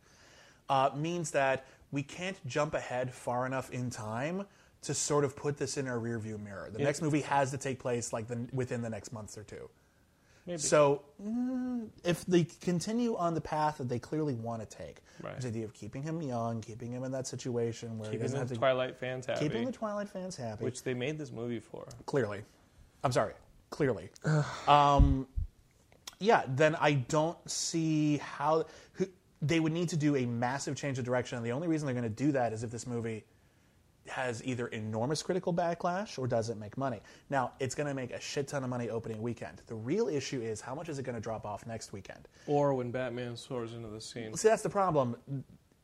uh, means that we can't jump ahead far enough in time to sort of put this in our rearview mirror. The next movie has to take place like the, within the next month or two. Maybe. So, mm, if they continue on the path that they clearly want to take, Right. this idea of keeping him young, keeping him in that situation where he Keeping doesn't have the to Twilight fans happy, keeping the Twilight fans happy, which they made this movie for. clearly i'm sorry clearly (sighs) um, yeah then i don't see how who, they would need to do a massive change of direction and the only reason they're going to do that is if this movie has either enormous critical backlash or doesn't make money now it's going to make a shit ton of money opening weekend the real issue is how much is it going to drop off next weekend Or when Batman soars into the scene. See, that's the problem.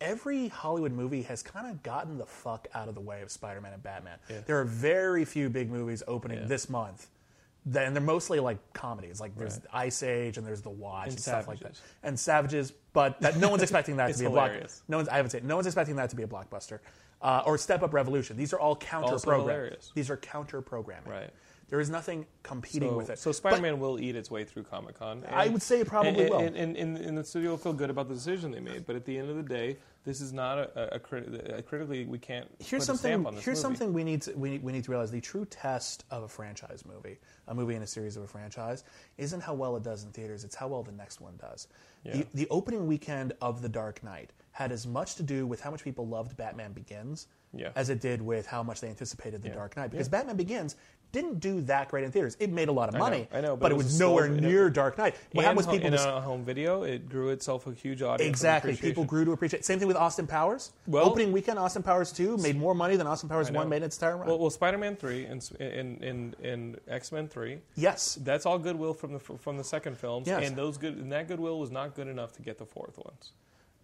Every Hollywood movie has kind of gotten the fuck out of the way of Spider Man and Batman. There are very few big movies opening this month. Th- And they're mostly like comedies. Like there's Ice Age and there's The Watch and, stuff like that. Savages. And Savages, but that, no one's (laughs) expecting that to It's be a hilarious. blockbuster. No one's, I haven't said, no one's expecting that to be a blockbuster. Uh, or Step Up Revolution. These are all counter programming. hilarious. These are counter programming. Right. There is nothing competing So, with it. so But- Spider-Man will eat its way through Comic-Con. and- I would say it probably and, will. And, and, and, and the studio will feel good about the decision they made. But at the end of the day, this is not a, a, a, crit- a critically we can't put here's a something. stamp on this here's movie. something we need to we need, we need to realize: the true test of a franchise movie, a movie in a series of a franchise, isn't how well it does in theaters; it's how well the next one does. Yeah. The, the opening weekend of The Dark Knight had as much to do with how much people loved Batman Begins Yeah. as it did with how much they anticipated The Yeah. Dark Knight, because Batman Begins didn't do that great in theaters. It made a lot of money, I know, but but, it it was was, a slow- nowhere and it- near Dark Knight. And What happened was ho- people in just a home video, it grew itself a huge audience. and Exactly. People appreciation. grew to appreciate. Same thing with Austin Powers. Well- Opening weekend, Austin Powers 2 made more money than Austin Powers I know. 1 made in its entire run. Well, well Spider-Man three and s- and and, and X-Men three. yes. That's all goodwill from the from the second films, Yes. and those good and that goodwill was not good enough to get the fourth ones.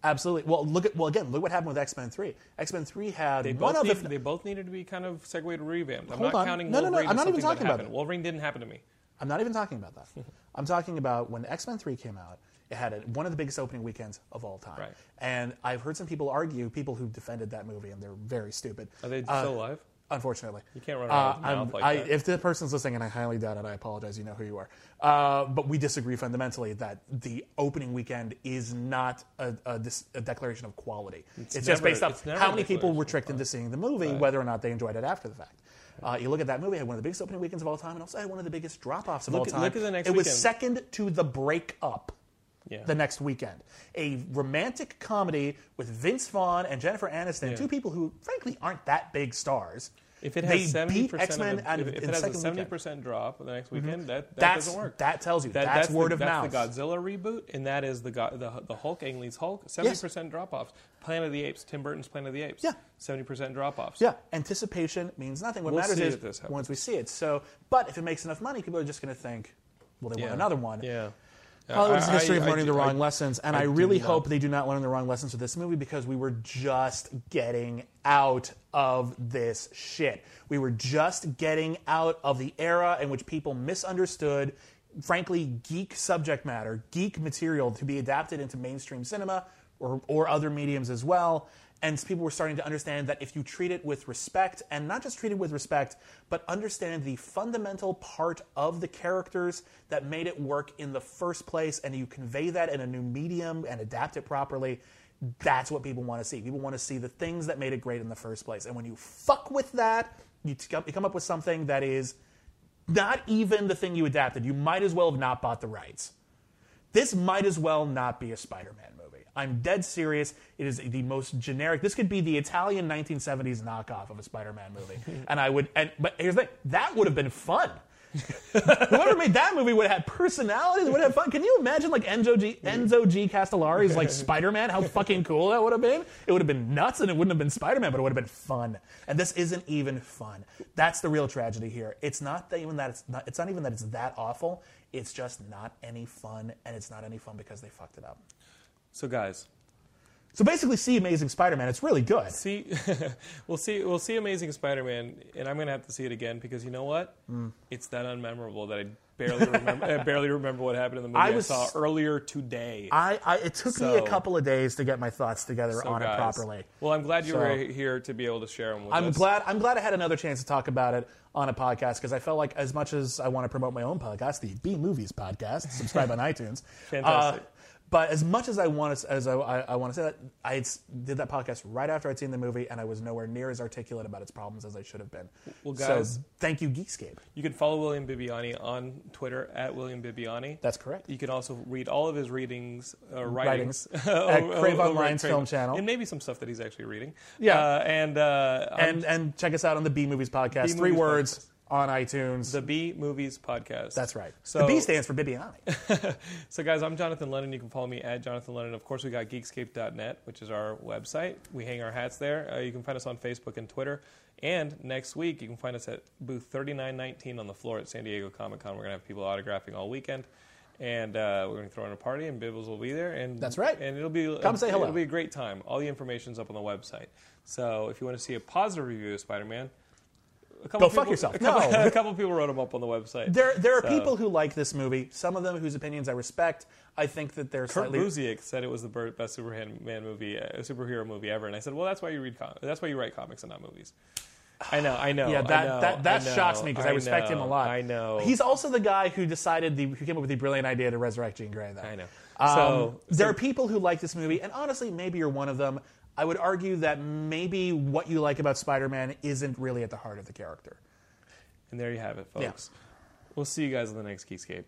Absolutely. Well, look at well again, look what happened with X-Men 3. X-Men 3 had They one both, of the need- they both needed to be kind of segued and revamped. I'm Hold not on. counting No, no, no, Wolverine. I'm as not something even that talking about happened. that. Wolverine didn't happen to me. I'm not even talking (laughs) about that. I'm talking about when X-Men 3 came out, it had a, one of the biggest opening weekends of all time. Right. And I've heard some people argue, people who defended that movie and they're very stupid. Are they uh, still alive? Unfortunately, you can't run around with your mouth like I, that. If the person's listening, and I highly doubt it, I apologize. You know who you are. Uh, but we disagree fundamentally that the opening weekend is not a, a, dis- a declaration of quality. It's, just never- based it's off never how a many people declaration were of tricked into seeing the movie, whether or not they enjoyed it after the fact. Uh, you look at that movie; it had one of the biggest opening weekends of all time, and also had one of the biggest drop-offs of all at- time. look at the next it was weekend. second to the breakup. Yeah. The next weekend, a romantic comedy with Vince Vaughn and Jennifer Aniston, two people who frankly aren't that big stars. If it They has seventy beat percent, X-Men out if, of- if in it has a second seventy weekend. Mm-hmm. percent drop the next weekend, that, that That's- doesn't work. that tells you. That's the- word of that's mouth. the Godzilla reboot, and that is the Go- the, the Hulk Ang Lee's Hulk. Seventy percent drop offs. Planet of the Apes. Tim Burton's Planet of the Apes. Yeah. seventy percent drop offs. Yeah, anticipation means nothing. What We'll matters see is if this happens. once we see it. So, but if it makes enough money, people are just going to think, well, they want another one. Yeah. I- Hollywood's a history of I- I learning do- the wrong I- lessons, and I, do really not- hope they do not learn the wrong lessons with this movie because we were just getting out of this shit. We were just getting out of the era in which people misunderstood, frankly, geek subject matter, geek material to be adapted into mainstream cinema or, or other mediums as well. And people were starting to understand that if you treat it with respect, and not just treat it with respect, but understand the fundamental part of the characters that made it work in the first place, and you convey that in a new medium and adapt it properly, that's what people want to see. People want to see the things that made it great in the first place. And when you fuck with that, you, t- you come up with something that is not even the thing you adapted. You might as well have not bought the rights this might as well not be a Spider-Man movie. I'm dead serious. It is the most generic. This could be the Italian 1970s knockoff of a Spider-Man movie, and I would. And but here's the thing: that would have been fun. Whoever made that movie would have had personalities, would have fun. Can you imagine like Enzo G, Enzo G (laughs) Castellari's like Spider-Man? How fucking cool that would have been! It would have been nuts, and it wouldn't have been Spider-Man, but it would have been fun. And this isn't even fun. That's the real tragedy here. It's not that even that it's not. It's not even that it's that awful. It's just not any fun, and it's not any fun because they fucked it up. So guys, So basically, see Amazing Spider-Man. It's really good. see, (laughs) we'll see, we'll see Amazing Spider-Man, and I'm gonna have to see it again because you know what? Mm. It's that unmemorable that I barely remember. (laughs) I barely remember what happened in the movie I, I was- saw earlier today. I, I it took me So- a couple of days to get my thoughts together So, on guys, it properly. Well, I'm glad you So- were here to be able to share them with I'm us. glad I'm glad I had another chance to talk about it on a podcast because I felt like as much as I want to promote my own podcast, the B Movies podcast, (laughs) subscribe on iTunes. Fantastic. Uh, but as much as I want to, as I, I, I want to say that, I s- did that podcast right after I'd seen the movie, and I was nowhere near as articulate about its problems as I should have been. Well, So, guys- thank you, Geekscape. You can follow William Bibiani on Twitter at William Bibiani. That's correct. You can also read all of his readings, uh, writings, Oh, (laughs) At oh, Crave oh, Online's Crave. Film Channel. and maybe some stuff that he's actually reading. Yeah. uh, and uh, and And and check us out on the B Movies podcast. B three Movies words on iTunes. the B Movies podcast. That's right. So, the B stands for Bibiani. so guys, I'm Jonathan Lennon. You can follow me at Jonathan Lennon. Of course, we got Geekscape.net, which is our website. We hang our hats there. Uh, you can find us on Facebook and Twitter. And next week, you can find us at booth 3919 on the floor at San Diego Comic Con. We're going to have people autographing all weekend. And uh, we're going to throw in a party, and Bibbles will be there. And That's right. And it'll be Come say hello. It'll be a great time. All the information's up on the website. So if you want to see a positive review of Spider-Man, a couple Go people, fuck yourself. A couple, No. (laughs) a couple people wrote them up on the website. There, there are So- people who like this movie. Some of them whose opinions I respect. I think that they're Kurt slightly. Busiek said it was the ber- best Superman movie, uh, superhero movie ever, and I said, "Well, that's why you read, com- that's why you write comics and not movies." I know, I know. (sighs) Oh, Yeah, I that know, that, that I know, shocks me because I, respect him a know, lot. I know. He's also the guy who decided the who came up with the brilliant idea to resurrect Jean Grey. Though I know. Um, So- there are people who like this movie, and honestly, maybe you're one of them. I would argue that maybe what you like about Spider-Man isn't really at the heart of the character. and there you have it, folks. We'll see you guys on the next Keyscape.